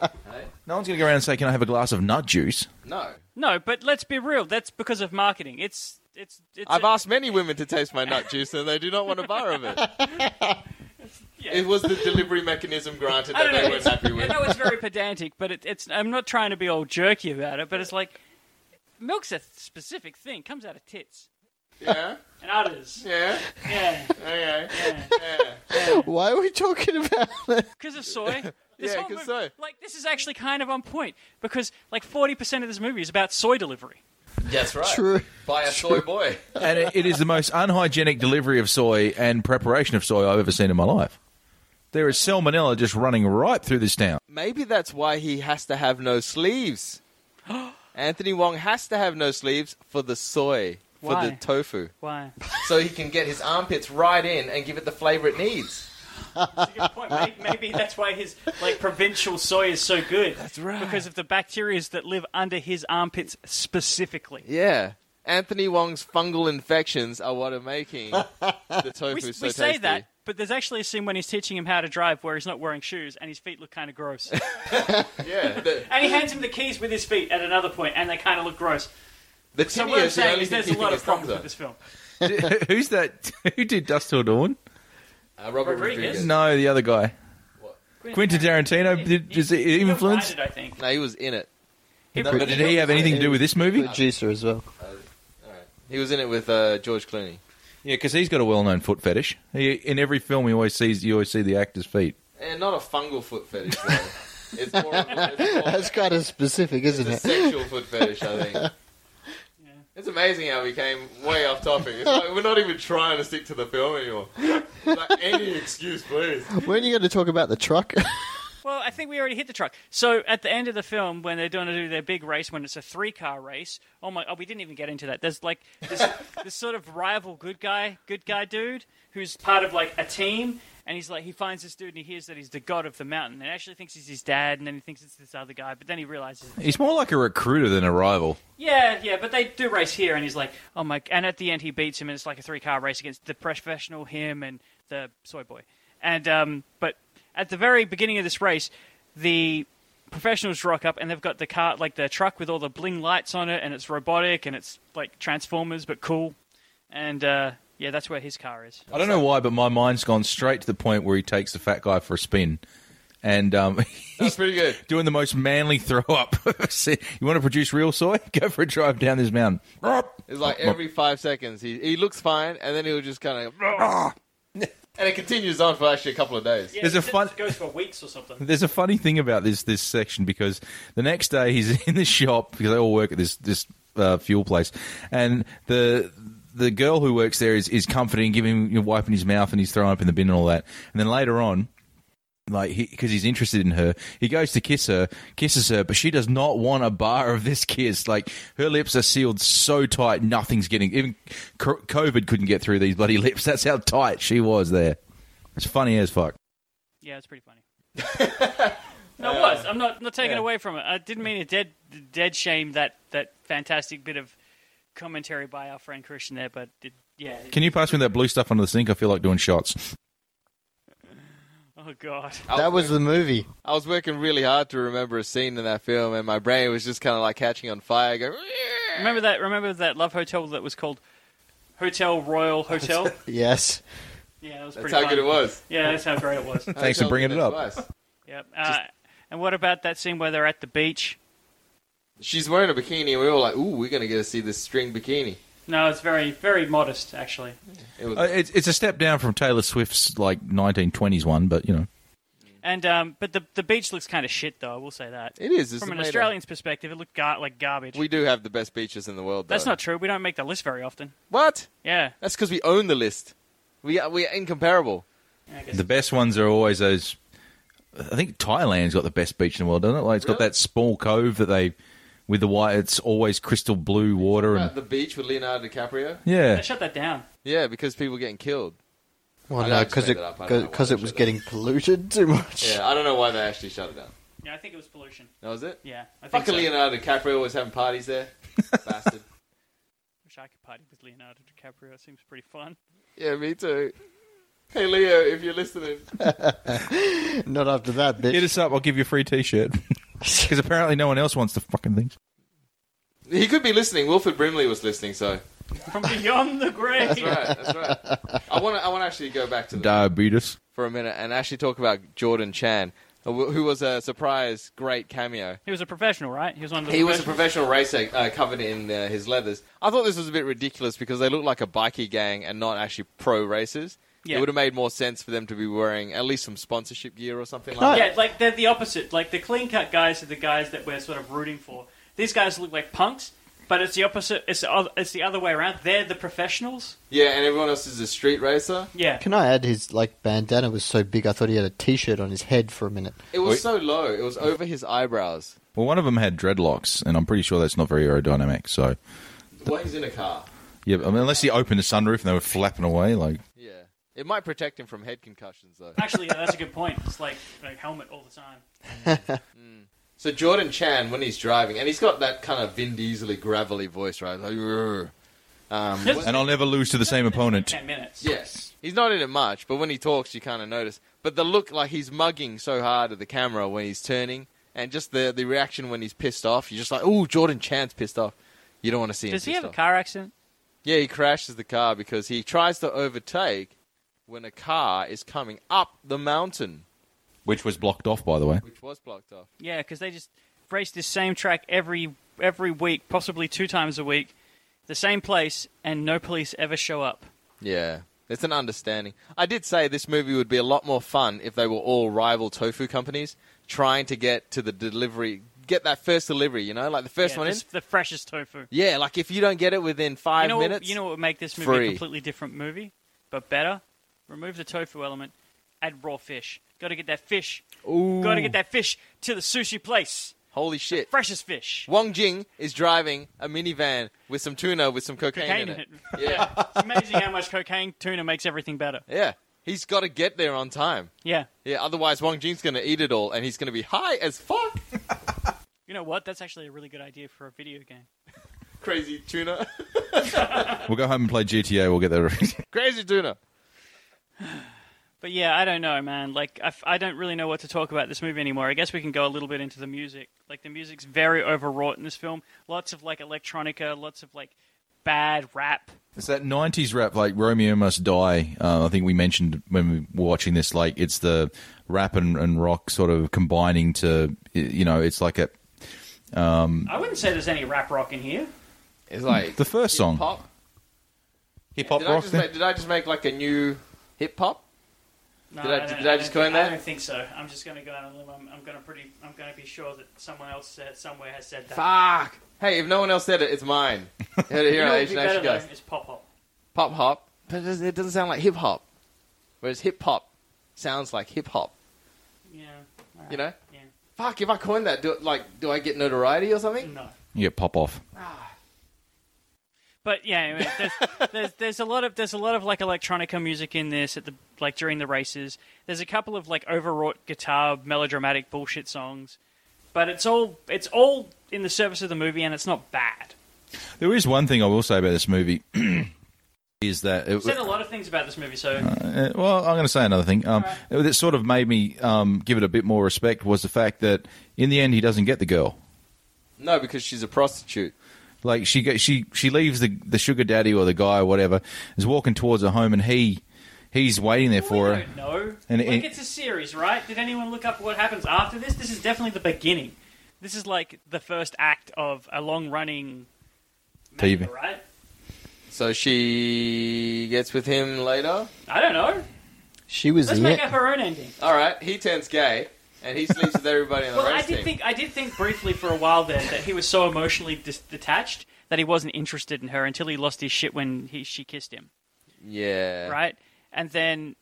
No one's going to go around and say, "Can I have a glass of nut juice?"
No.
no, but let's be real. That's because of marketing. It's it's it's.
I've
a-
asked many women to taste my nut juice, and they do not want a bar of it.
Yeah.
It was the delivery mechanism granted
I
that
don't know.
they weren't
It's,
happy
I
with.
know it's very pedantic, but it, it's. I'm not trying to be all jerky about it, but it's like milk's a specific thing. Comes out of tits
Yeah,
and udders.
yeah,
Yeah,
okay. oh.
Why are we talking about it?
because of soy. This
Yeah,
whole
'cause
movie-
soy.
Like this is actually kind of on point because like 40% of this movie is about soy delivery.
That's right.
True.
By a soy boy.
And it, it is the most unhygienic delivery of soy and preparation of soy I've ever seen in my life. There is salmonella just running right through this town.
Maybe that's why he has to have no sleeves. Anthony Wong has to have no sleeves for the soy, for the
Why?
tofu,
Why?
so he can get his armpits right in and give it the flavor it needs.
That's a good point. Maybe, maybe that's why his like provincial soy is so good. That's
right.
Because of the bacteria that live under his armpits specifically.
Yeah. Anthony Wong's fungal infections are what are making the tofu
We, we
so tasty.
say that, but there's actually a scene when he's teaching him how to drive where he's not wearing shoes and his feet look kind of gross.
Yeah. The,
and he hands him the keys with his feet at another point and they kind of look gross.
the
So
tinnitus
what I'm
is
saying
only
is there's a
keeping
lot
his
of
thumbs
problems with
up.
this film.
Who's that? Who did Dust Till Dawn?
Uh, Robert
Rodriguez?
Rodriguez. No.
No, the other guy. Quentin Tarantino. Did, does it
He
influence?
provided, I think.
he was in it.
He
But did he have anything to do with this movie? Yeah,
Producer as well.
He was in it with uh, George Clooney.
because he's got a well-known foot fetish. He, in every film, he always sees you always see the actor's feet.
And not a fungal foot fetish, though. it's more, of a- it's more
That's kind of specific, isn't
It's a
it?
sexual foot fetish, I think. It's amazing how we came way off topic. It's like we're not even trying to stick to the film anymore. Like, any excuse, please.
When are you going to talk about the truck?
Well, I think we already hit the truck. So at the end of the film, when they're going to do their big race, when it's a three-car race, oh my! Oh, we didn't even get into that. There's like this, this sort of rival good guy, good guy dude who's part of like a team, and he's like he finds this dude and he hears that he's the god of the mountain, and actually thinks he's his dad, and then he thinks it's this other guy, but then he realizes,
He's more like a recruiter than a rival.
yeah, yeah. But they do race here, and he's like, oh my! And at the end, he beats him, and it's like a three-car race against the professional, him, and the soy boy. And um, but at the very beginning of this race, the professionals rock up, and they've got the car, like the truck with all the bling lights on it, and it's robotic, and it's like Transformers, but cool. And uh, yeah, that's where his car is.
I don't know why, but my mind's gone straight to the point where he takes the fat guy for a spin, and um,
That's pretty good.
doing the most manly throw up. See, you want to produce real soy? Go for a drive down this mountain.
It's like every five seconds he, he looks fine, and then he'll just kind of. And it continues on for actually a couple of days.
There's a fun-
goes for weeks or something.
There's a funny thing about this this section because the next day he's in the shop because they all work at this this uh, fuel place, and the the girl who works there is is comforting, giving, you know, wiping his mouth, and he's throwing up in the bin and all that. And then later on, like because he's interested in her he goes to kiss her kisses her but she does not want a bar of this kiss like her lips are sealed so tight nothing's getting even co- covid couldn't get through these bloody lips that's how tight she was there it's funny as fuck
Yeah, it's pretty funny. no,
Uh,
it was. I'm not not taking away from it. I didn't mean to dead dead shame that that fantastic bit of commentary by our friend Christian there, but it, yeah.
can you pass me that blue stuff under the sink i feel like doing shots
oh god.
that was the movie.
I was working really hard to remember a scene in that film, and my brain was just kind of like catching on fire. Going,
Remember that? Remember that love hotel that was called Hotel Royal Hotel?
Yes.
yeah, that was
that's
pretty.
how
fun.
good it was.
Yeah, that's how great it was.
thanks for
Hotel
bringing it up
Advice.
yep. Uh, And what about that scene where they're at the beach?
She's wearing a bikini, and we were like, "Ooh, we're gonna get to see this string bikini."
No, it's very, very modest, actually.
It was,
Uh, it's, it's a step down from Taylor Swift's like 1920s one, but you know.
And um, but the the beach looks kind of shit, though. I will say that.
it is. It's
From an
made of-
Australian's perspective, it looked gar- like garbage.
we do have the best beaches in the world. Though.
That's not true. We don't make the list very often.
what.
Yeah.
That's because we own the list. We are, we are incomparable.
I guess.
The best ones are always those. I think Thailand's got the best beach in the world, doesn't it? Like it's got
Really?
that small cove that they, with the white, it's always crystal blue water
At
and
the beach with Leonardo DiCaprio.
yeah.
They shut that down.
Yeah, because people getting killed. I know
Well,
I
no,
just
because
made
it
that up. I don't know why
because
they
it was
said that.
getting polluted too much.
Yeah, I don't know why they actually shut it down.
Yeah, I think it was pollution.
That was it.
Yeah, I think
Fucking
so.
Leonardo DiCaprio was having parties there. Bastard.
Wish I could party with Leonardo DiCaprio. It seems pretty fun.
Yeah, me too. Hey Leo, if you're listening,
Not after that, bitch.
Hit us up. I'll give you a free T-shirt. Because apparently no one else wants the fucking things.
he could be listening. Wilfred Brimley was listening, so
From beyond the grave.
that's right. That's right. I want to. I want to actually go back to the
Diabetes.
for a minute and actually talk about Jordan Chan, who who was a surprise great cameo.
He was a professional, right? He was one of the
He was a
professionals.
professional racer uh, covered in uh, his leathers. I thought this was a bit ridiculous because they looked like a bikie gang and not actually pro racers.
Yeah.
It would have made more sense for them to be wearing at least some sponsorship gear or something like that.
Yeah, like they're the opposite. Like the clean cut guys are the guys that we're sort of rooting for. These guys look like punks, but it's the opposite. It's the other, it's the other way around. They're the professionals.
Yeah, and everyone else is a street racer.
Yeah.
Can I add his like bandana was so big I thought he had a T-shirt on his head for a minute.
It was so low. It was over his eyebrows.
Well, one of them had dreadlocks, and I'm pretty sure that's not very aerodynamic. So,
Well, he's in a car.
yeah, I mean, unless you opened the sunroof and they were flapping away, like
Yeah. It might protect him from head concussions, though.
Actually, yeah, that's a good point. It's like, like helmet all the time.
So Jordan Chan, when he's driving, and he's got that kind of Vin Diesel gravelly voice, right? Like, "Rrr." um,
Yes.
and I'll never lose to the same opponent.
Ten minutes.
Yes. He's not in it much, but when he talks, you kind of notice. But the look, like he's mugging so hard at the camera when he's turning, and just the, the reaction when he's pissed off, you're just like, oh, Jordan Chan's pissed off. You don't want to see him
Does he
pissed
have a
off.
car accident?
Yeah, he crashes the car because he tries to overtake when a car is coming up the mountain,
which was blocked off, by the way.
which was blocked off.
Yeah, because they just race this same track every every week, possibly two times a week, the same place, and no police ever show up.
Yeah. It's an understanding. I did say this movie would be a lot more fun if they were all rival tofu companies trying to get to the delivery, get that first delivery, you know, like the first
Yeah,
one in.
this- the freshest tofu.
Yeah, like if you don't get it within five
you know what-
minutes,
you know what would make this movie
free.
a completely different movie, but better? Remove the tofu element, add raw fish. Got to get that fish.
Ooh.
Got to get that fish to the sushi place.
holy shit.
Freshest fish.
Wong Jing is driving a minivan with some tuna with some cocaine,
Cocaine in it. Yeah. it's amazing how much cocaine tuna makes everything better.
Yeah, he's got to get there on time.
Yeah.
Yeah, otherwise Wong Jing's going to eat it all and he's going to be high as fuck.
You know what? That's actually a really good idea for a video game.
Crazy tuna.
We'll go home and play GTA. We'll get there.
Crazy tuna.
But yeah, I don't know, man. Like, I, f- I don't really know what to talk about this movie anymore. I guess we can go a little bit into the music. Like, the music's very overwrought in this film. Lots of, like, electronica, lots of, like, bad rap.
it's that '90s rap, like Romeo Must Die. Uh, I think we mentioned when we were watching this. Like it's the rap and, and rock sort of combining to, you know, it's like a
I wouldn't say there's any rap rock in here.
It's like
The first song.
hip-hop.
hip hop
Did I
rock.
just
thing.
make, did I just make like a new hip hop?
No,
Did I-
don't-
did I just
don't
coin
think-
that?
I don't think so. I'm just going to go out on a limb. I'm, I'm going to pretty. I'm going to be sure that someone else said, somewhere has said that.
Fuck. Hey, if no one else said it, it's mine. Heard it
you
here
know
on
what would be
Asian
better
Action Guys.
though is pop hop.
pop hop, but it doesn't, it doesn't sound like hip hop. Whereas hip hop sounds like hip hop.
Yeah.
You know?
Yeah.
Fuck, if I coined that, do, like, do I get notoriety or something?
No.
You get pop off.
But yeah, anyway, there's, there's there's a lot of there's a lot of like electronica music in this at the like during the races. There's a couple of like overwrought guitar melodramatic bullshit songs, but it's all it's all in the service of the movie and it's not bad.
There is one thing I will say about this movie is that it,
I've said a lot of things about this movie, so
uh, well, I'm going to say another thing um, that sort of made me um, give it a bit more respect was the fact that in the end he doesn't get the girl.
No, because she's a prostitute.
Like she go- she she leaves the the sugar daddy or the guy or whatever is walking towards her home and he. He's waiting there for
we
her.
don't know.
And-
like
and-
it's a series, right? Did anyone look up what happens after this? This is definitely the beginning. This is like the first act of a long-running
TV.
manga, right?
So she gets with him later.
I don't know.
She was e
Let's
in
make
it.
up our own ending.
All right, he turns gay and he sleeps with everybody in the
Well, I
race
did
team.
think I did think briefly for a while there that he was so emotionally dis- detached that he wasn't interested in her until he lost his shit when he she kissed him,
yeah.
right? And then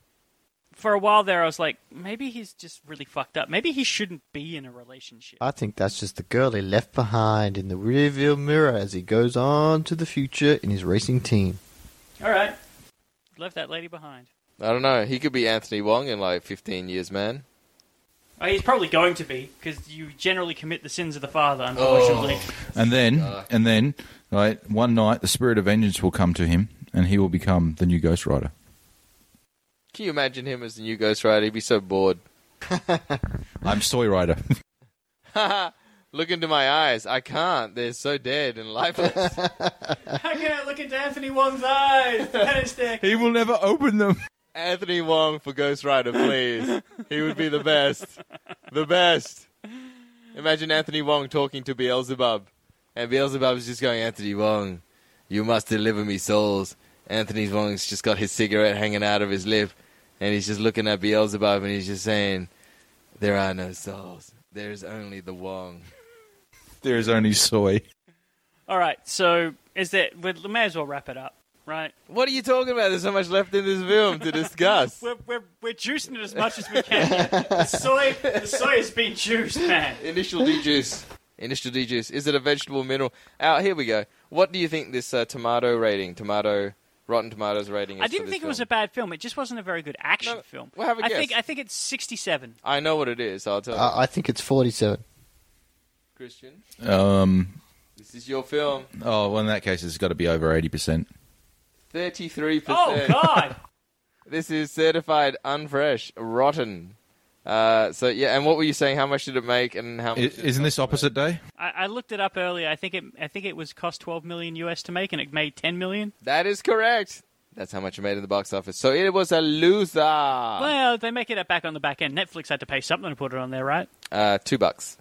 for a while there, I was like, maybe he's just really fucked up. Maybe he shouldn't be in a relationship.
I think that's just the girl he left behind in the rearview mirror as he goes on to the future in his racing team.
All right, left that lady behind.
I don't know. He could be Anthony Wong in like 15 years, man.
Oh, he's probably going to be because you generally commit the sins of the father, unfortunately.
And then, and then, right, one night the spirit of vengeance will come to him, and he will become the new Ghost Rider.
Can you imagine him as the new Ghost Rider? He'd be so bored.
I'm Soy Rider.
Look into my eyes. I can't. They're so dead and lifeless.
How can I look into Anthony Wong's eyes? That is dick.
he will never open them.
Anthony Wong for Ghost Rider, please. He would be the best. The best. Imagine Anthony Wong talking to Beelzebub. And Beelzebub's just going, Anthony Wong, you must deliver me souls. Anthony Wong's just got his cigarette hanging out of his lip. And he's just looking at Beelzebub and he's just saying, There are no souls. There is only the Wong.
There is only soy.
All right, so is that we may as well wrap it up, right?
What are you talking about? There's so much left in this film to discuss.
We're, we're, we're juicing it as much as we can. the soy the soy has been juiced, man.
Initial D juice. Initial D juice. Is it a vegetable mineral? Out here we go. What do you think this uh, tomato rating, tomato Rotten Tomatoes rating? Is
I
for
didn't
this
think it
film?
was a bad film. It just wasn't a very good action
No,
film.
well, have a
I
guess.
think I think it's sixty-seven.
I know what it is. I'll tell you,
I I think it's 47.
Christian.
Um.
This is your film.
Oh, well, in that case, it's got to be over eighty percent.
Thirty-three
Oh
percent.
God!
This is certified unfresh, rotten. Uh, so yeah, and what were you saying? How much did it make? And how? Much did it
Isn't this opposite day?
I, I looked it up earlier. I think it I think it was cost twelve million US to make, and it made ten million.
That is correct. That's how much it made in the box office. So it was a loser.
Well, they make it back on the back end. Netflix had to pay something to put it on there, right?
Uh, two bucks.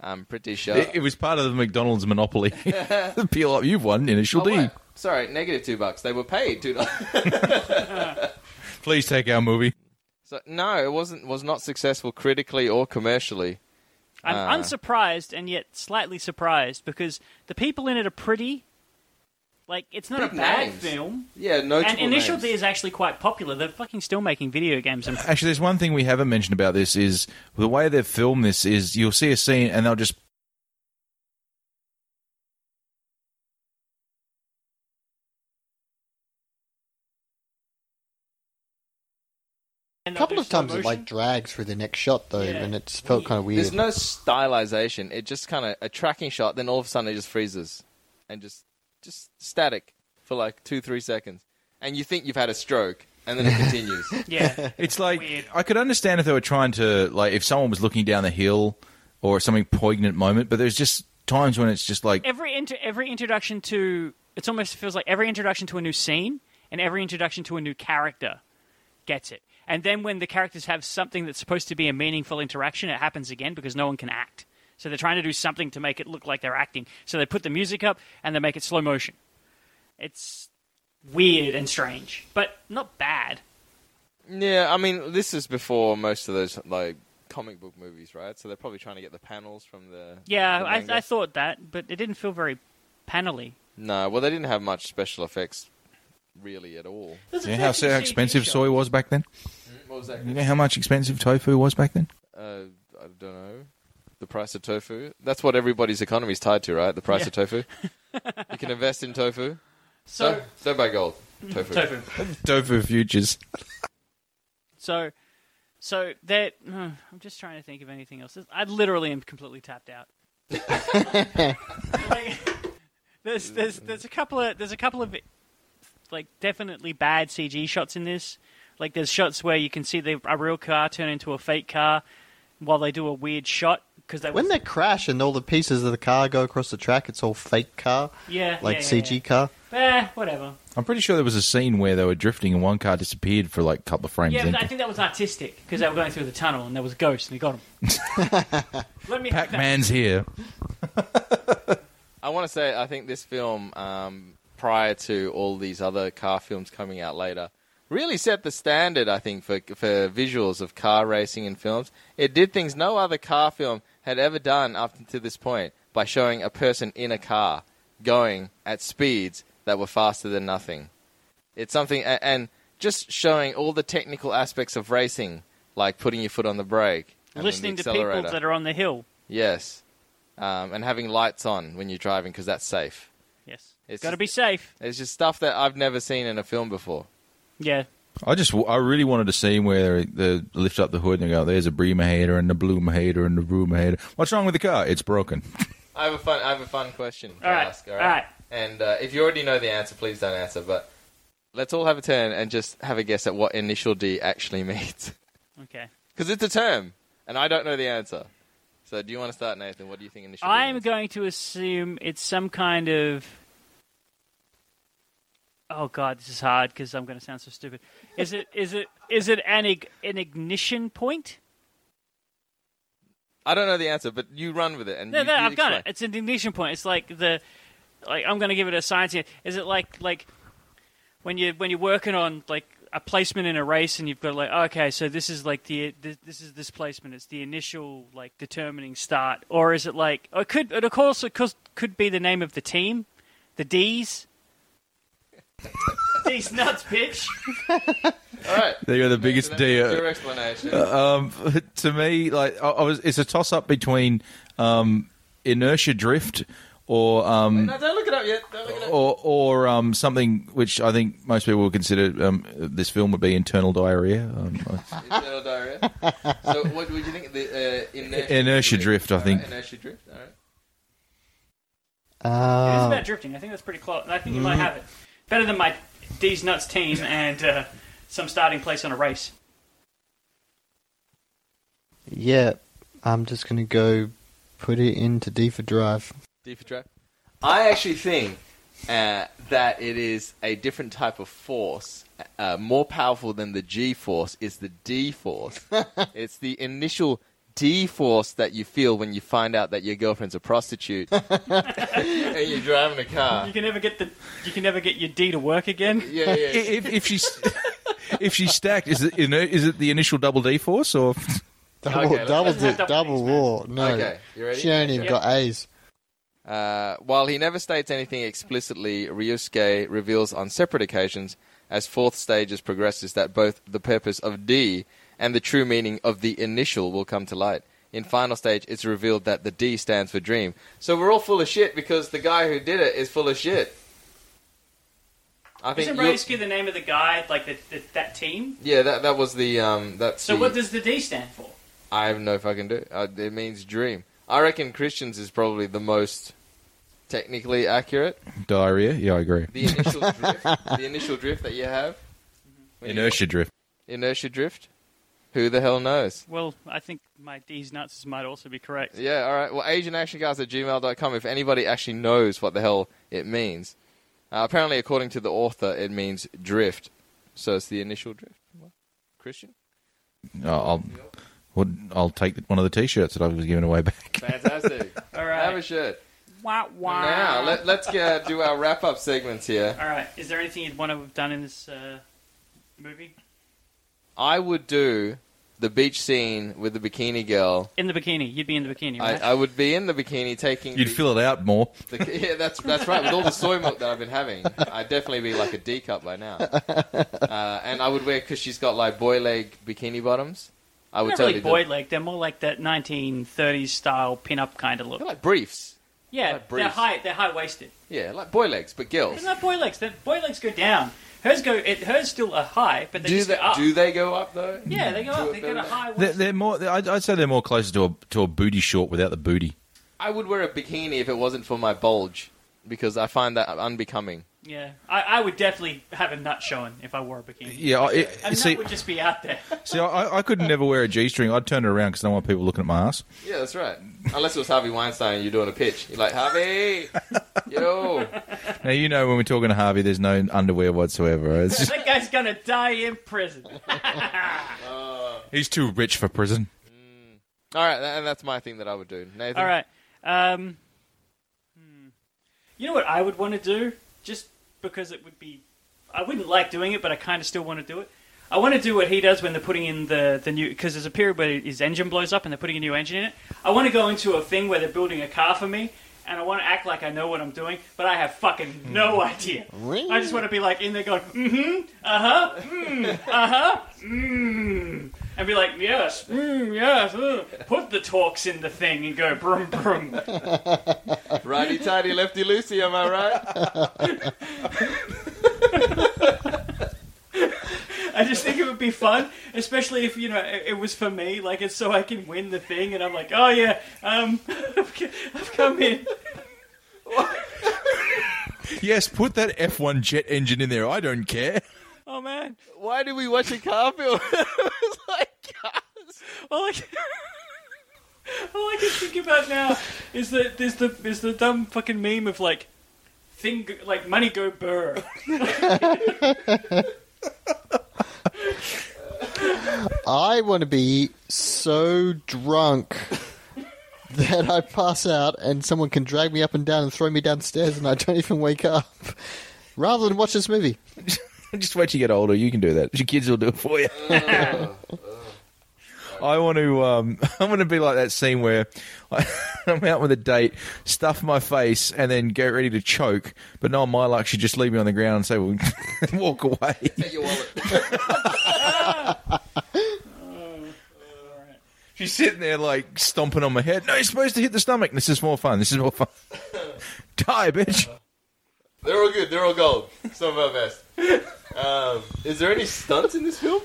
I'm pretty sure.
It, it was part of the McDonald's monopoly. Peel up, you've won initial
Oh,
D.
wait. Sorry, negative two bucks. They were paid two dollars.
Please take our movie.
so no, it wasn't. Was not successful critically or commercially.
I'm
Uh.
unsurprised and yet slightly surprised because the people in it are pretty. Like it's not
Big
a bad
names.
film,
Yeah, no.
and Initial D is actually quite popular. They're fucking still making video games and
Actually, there's one thing we haven't mentioned about this is the way they've filmed this is you'll see a scene and they'll just
a
A couple of times it like drags through the next shot though,
Yeah.
and it's felt kind of
There's
weird.
no stylization. It just kind of a tracking shot. Then all of a sudden it just freezes, and just just static for like two three seconds, and you think you've had a stroke, and then it continues.
yeah.
It's like
Weird.
I could understand if they were trying to like if someone was looking down the hill or something poignant moment, but there's just times when it's just like
Every inter- every introduction to it's almost feels like every introduction to a new scene and every introduction to a new character gets it. And then when the characters have something that's supposed to be a meaningful interaction, it happens again because no one can act. So they're trying to do something to make it look like they're acting. So they put the music up and they make it slow motion. It's weird and strange, but not bad.
yeah, I mean this is before most of those like comic book movies, right? So they're probably trying to get the panels from the
Yeah,
the
I,
manga.
I thought that, but it didn't feel very panelly.
No, well, they didn't have much special effects really at all.
you know how, so how expensive soy was back then?
What was that?
You know how much expensive tofu was back then?
Uh, I don't know. The price of tofu. That's what everybody's economy is tied to, right? The price
Yeah.
of tofu. you can invest in tofu.
So,
so buy gold. Tofu.
tofu.
Tofu futures.
So, so that uh, I'm just trying to think of anything else. I literally am completely tapped out. Like, there's there's there's a couple of there's a couple of like definitely bad CG shots in this. Like there's shots where you can see the, a real car turn into a fake car while they do a weird shot because they
When they crash and all the pieces of the car go across the track, it's all fake car,
yeah
like
yeah, yeah,
CG car.
Eh, whatever.
I'm pretty sure there was a scene where they were drifting and one car disappeared for like a couple of frames.
Yeah,
and-
but I think that was artistic because they were going through the tunnel and there was a ghost and he got him. Let me have that.
Pac-Man's here.
I want to say I think this film, um, prior to all these other car films coming out later, really set the standard. I think for for visuals of car racing in films, it did things no other car film had ever done up to this point by showing a person in a car going at speeds that were faster than nothing. It's something, a- and just showing all the technical aspects of racing, like putting your foot on the brake, and then the
Listening to people
accelerator.
that are on the hill.
yes, um, and having lights on when you're driving because that's safe.
Yes.
It's-
It's got to be safe.
It's just stuff that I've never seen in a film before.
Yeah.
I just, I really wanted a scene where they lift up the hood and they go, "There's a Brema hater and a Bloom hater and a Broom hater. What's wrong with the car? It's broken."
I have a fun. I have a fun question to
All right,
ask.
all right.
And uh, if you already know the answer, please don't answer. But let's all have a turn and just have a guess at what initial D actually means,
Okay.
because it's a term, and I don't know the answer. So, do you want to start, Nathan? What do you think initial? D
I'm
means?
going to assume it's some kind of. Oh God, this is hard because I'm going to sound so stupid. Is it? Is it? Is it an ig- an ignition point?
I don't know the answer, but you run with it. And
No,
you,
no,
you
I've got it.
explain.
It's an ignition point. It's like the, like I'm going to give it a science. Here. Is it like like when you when you're working on like a placement in a race and you've got like okay, so this is like the this, this is this placement. It's the initial like determining start, or is it like or it could it of course it could, could be the name of the team, the D's. D's nuts, bitch.
All right.
They are the
So
biggest
that's
D. uh,
Your explanation.
um, to me, like I, I was, it's a toss up between um, inertia drift or um,
no, don't look it up yet. Don't look it up.
or or um, something which I think most people would consider um, this film would be internal diarrhea. Um,
Internal diarrhea. So, what would you think? The uh, inertia,
Inertia drift, I
All right,
think.
Inertia drift. All right.
It is
Uh,
about drifting. I think that's pretty close. I think you might have it better than my D's nuts team and uh, some starting place on a race.
yeah, I'm just gonna go put it into D for drive.
Deeper drive. I actually think uh, that it is a different type of force, uh, more powerful than the G force is the D force. it's the initial D force that you feel when you find out that your girlfriend's a prostitute and you're driving a car.
You can never get the you can never get your D to work again.
Yeah, yeah. yeah.
if, if she's if she's stacked, is it iner- is it the initial double D force or
Double,
Okay, let's-
double,
let's not
di-
double
double
A's, man.
war. No,
Okay, you ready?
she ain't even
Yep.
got A's.
Uh, while he never states anything explicitly, Ryusuke reveals on separate occasions as fourth stages progresses that both the purpose of D and the true meaning of the initial will come to light. In final stage, it's revealed that the D stands for dream. So we're all full of shit because the guy who did it is full of shit. I think
Isn't
you're-
Ryusuke the name of the guy like the, the, that team?
yeah, that that was the um. That's
So
the-
what does the D stand for?
I have no fucking do. Uh, it means dream. I reckon Christians is probably the most technically accurate.
diarrhea? Yeah, I agree.
the initial drift, the initial drift that you have, When you-
Inertia drift.
inertia drift. Who the hell knows?
Well, I think my D's nuts might also be correct.
Yeah, all right. Well, AsianActionGuys at gmail.com if anybody actually knows what the hell it means. Uh, apparently, according to the author, it means drift. So it's the initial drift. What? Christian?
Oh, I'll well, I'll take one of the t-shirts that I was giving away back.
Fantastic.
All
Have a
right.
shirt.
Wow, wow.
Now, let, let's uh, do our wrap up segments here.
All right. Is there anything you'd want to have done in this uh, movie?
I would do the beach scene with the bikini girl.
In the bikini, you'd be in the bikini,
I,
right?
I would be in the bikini taking.
You'd
the-
fill it out more.
The, yeah, that's that's right. With all the soy milk that I've been having, I'd definitely be like a D cup by now. Uh, and I would wear because she's got like boy leg bikini bottoms. I would
Not
totally
really
do-
boy leg. They're more like that 1930s style pin-up kind of look.
They're like briefs.
Yeah, they're
like briefs.
high. They're high waisted.
Yeah, like boy legs, but girls.
It's not boy legs. The boy legs go down. Hers go. It, hers still are high, but they
Do
just
they
go up.
do they go up though?
yeah, they go
Do
up.
it
They go to
better.
high
They're,
waisted.
they're more. I'd, I'd say they're more closer to a to a booty short without the booty.
I would wear a bikini if it wasn't for my bulge because I find that unbecoming.
Yeah, I, I would definitely have a nut showing if I wore a bikini.
Yeah, I, it,
A nut
see,
would just be out there.
see, I, I could never wear a G string. I'd turn it around because I don't want people looking at my ass.
Yeah, that's right. Unless it was Harvey Weinstein, you're doing a pitch. You're like, Harvey, yo.
Now you know when we're talking to Harvey, there's no underwear whatsoever. It's just,
that guy's gonna die in prison.
he's too rich for prison.
All right, tha- and that's my thing that I would do. Nathan,
All right. Um, hmm. You know what I would want to do? Just because it would be. I wouldn't like doing it, but I kind of still want to do it. I want to do what he does when they're putting in the, the new. Because there's a period where his engine blows up and they're putting a new engine in it. I want to go into a thing where they're building a car for me. And I want to act like I know what I'm doing, but I have fucking no idea.
Really?
I just want to be like in there going, mm-hmm, uh-huh, mm, uh-huh, mm, and be like, yes, mm, yes, uh, put the talks in the thing and go brum brum.
righty tighty, lefty loosey. Am I right?
I just think it would be fun, especially if you know it, it was for me. Like it's so I can win the thing, and I'm like, oh yeah, um, I've, c- I've come in.
Yes, put that F1 jet engine in there. I don't care.
Oh man,
Why did we watch a car film? It's like, cars.
all I can, all I can think about now is that there's the is the dumb fucking meme of like thing go- like money go burr.
I want to be so drunk that I pass out and someone can drag me up and down and throw me downstairs and I don't even wake up. Rather than watch this movie.
Just wait till you get older. You can do that. Your kids will do it for you. I want to. Um, I want to be like that scene where I, I'm out with a date, stuff my face, and then get ready to choke. But not on my luck. She just leave me on the ground and say, "Well, walk away."
Get your wallet.
She's sitting there like stomping on my head. No, you're supposed to hit the stomach. This is more fun. This is more fun. Die, bitch.
They're all good. They're all gold. Some of our best. Um, is there any stunts in this film?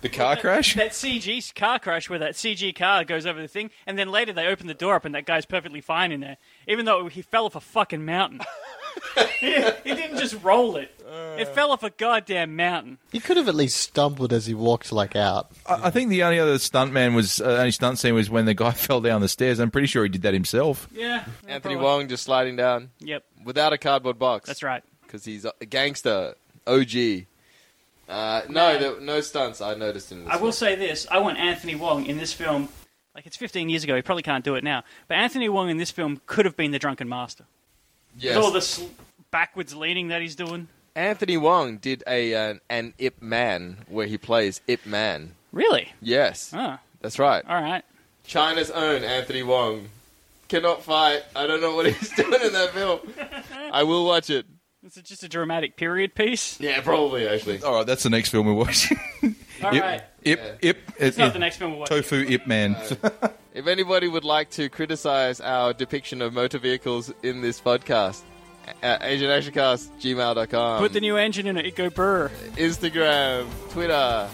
The car crash.
That CG car crash where that CG car goes over the thing, and then later they open the door up and that guy's perfectly fine in there, even though he fell off a fucking mountain. he, he didn't just roll it;
Uh.
it fell off a goddamn mountain.
He could have at least stumbled as he walked like out.
I, I think the only other stunt man was uh, only stunt scene was when the guy fell down the stairs. I'm pretty sure he did that himself.
Yeah,
Anthony Wong just sliding down
Yep,
without a cardboard box.
that's right.
Because he's a gangster, OG. Uh, no, there, no stunts I noticed in this.
I will
film.
say this: I want Anthony Wong in this film. Like it's 15 years ago, he probably can't do it now. But Anthony Wong in this film could have been the drunken master.
Yes.
With all the sl- backwards leaning that he's doing.
Anthony Wong did a uh, an Ip Man where he plays Ip Man.
Really?
Yes,
Ah,
that's right.
all right.
China's own Anthony Wong cannot fight. I don't know what he's doing in that film. I will watch it.
It's just a dramatic period piece.
Yeah, probably actually.
All right, that's the next film we're watching.
All
Ip,
right.
Ip, Ip.
It's not the next film we'll watch.
Tofu Ip Man.
If anybody would like to criticize our depiction of motor vehicles in this podcast, at AsianAsiancast.gmail.com,
Put the new engine in it. It go brr.
Instagram, Twitter,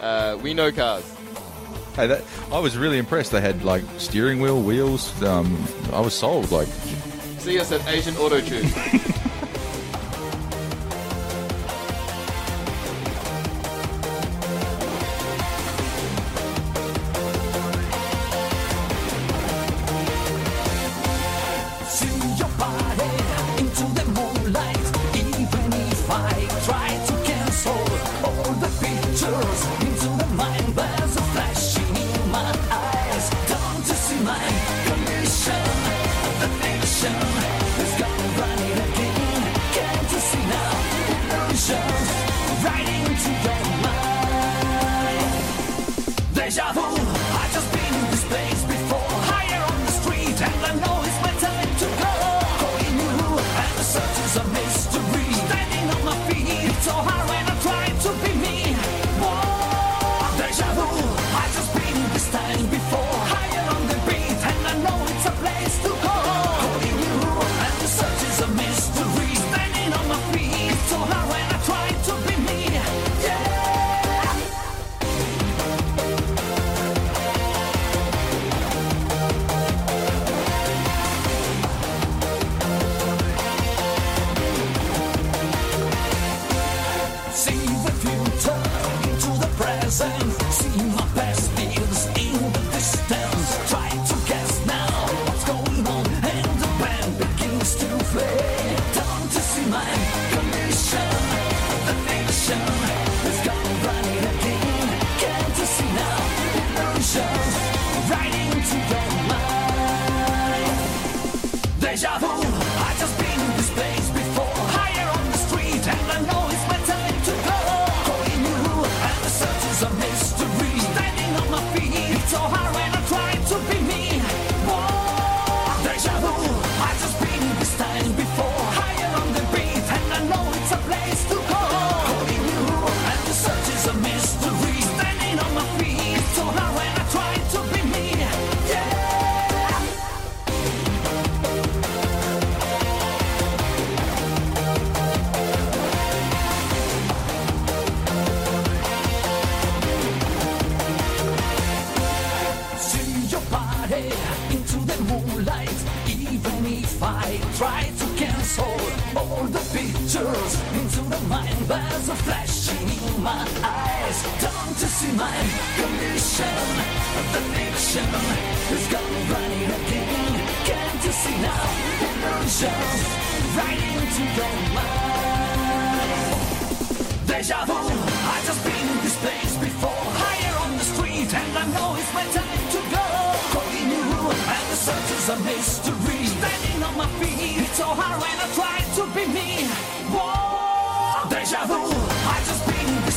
uh, we know cars.
hey, that, I was really impressed. They had like steering wheel, wheels. Um, I was sold. Like
See us at Asian Auto Tune.
Swing your body into the moonlight. Even if I try to cancel all the pictures into the mind, there's a flashing in my eyes. Don't you see my condition? The fiction is gone right again. Can't you see now? Illusions right into your mind. Deja vu. I just been in this place before. Higher on the street, and I know it's my time to go. Going new, and the search is a mystery. Standing on my feet, it's so hard when I try to be me. Whoa. Deja vu. I just been in this time before. Higher on the beat, and I know it's a place to go. Going new, and the search is a mystery. Standing on my feet, it's so hard when I try to be me. Yeah. so hard when I try to be me. Whoa, deja vu. I just been this time before. Higher on the beat, and I know it's a place to go. Calling you, and the search is a mystery. Standing on my feet, it's so hard when I try to be me. Yeah. Swing your body into the moonlight. Even if I try to cancel all the pictures into the mind, there's a flashing in my eyes. Don't you see my condition? The fiction is gone running again. Can't you see now? Illusions right into your mind. Deja vu, I just been in this place before. Higher on the street, and I know it's my time to go. Calling you, and the search is a mystery. Standing on my feet, it's so hard when I try to be me. Whoa, deja vu, I just been in this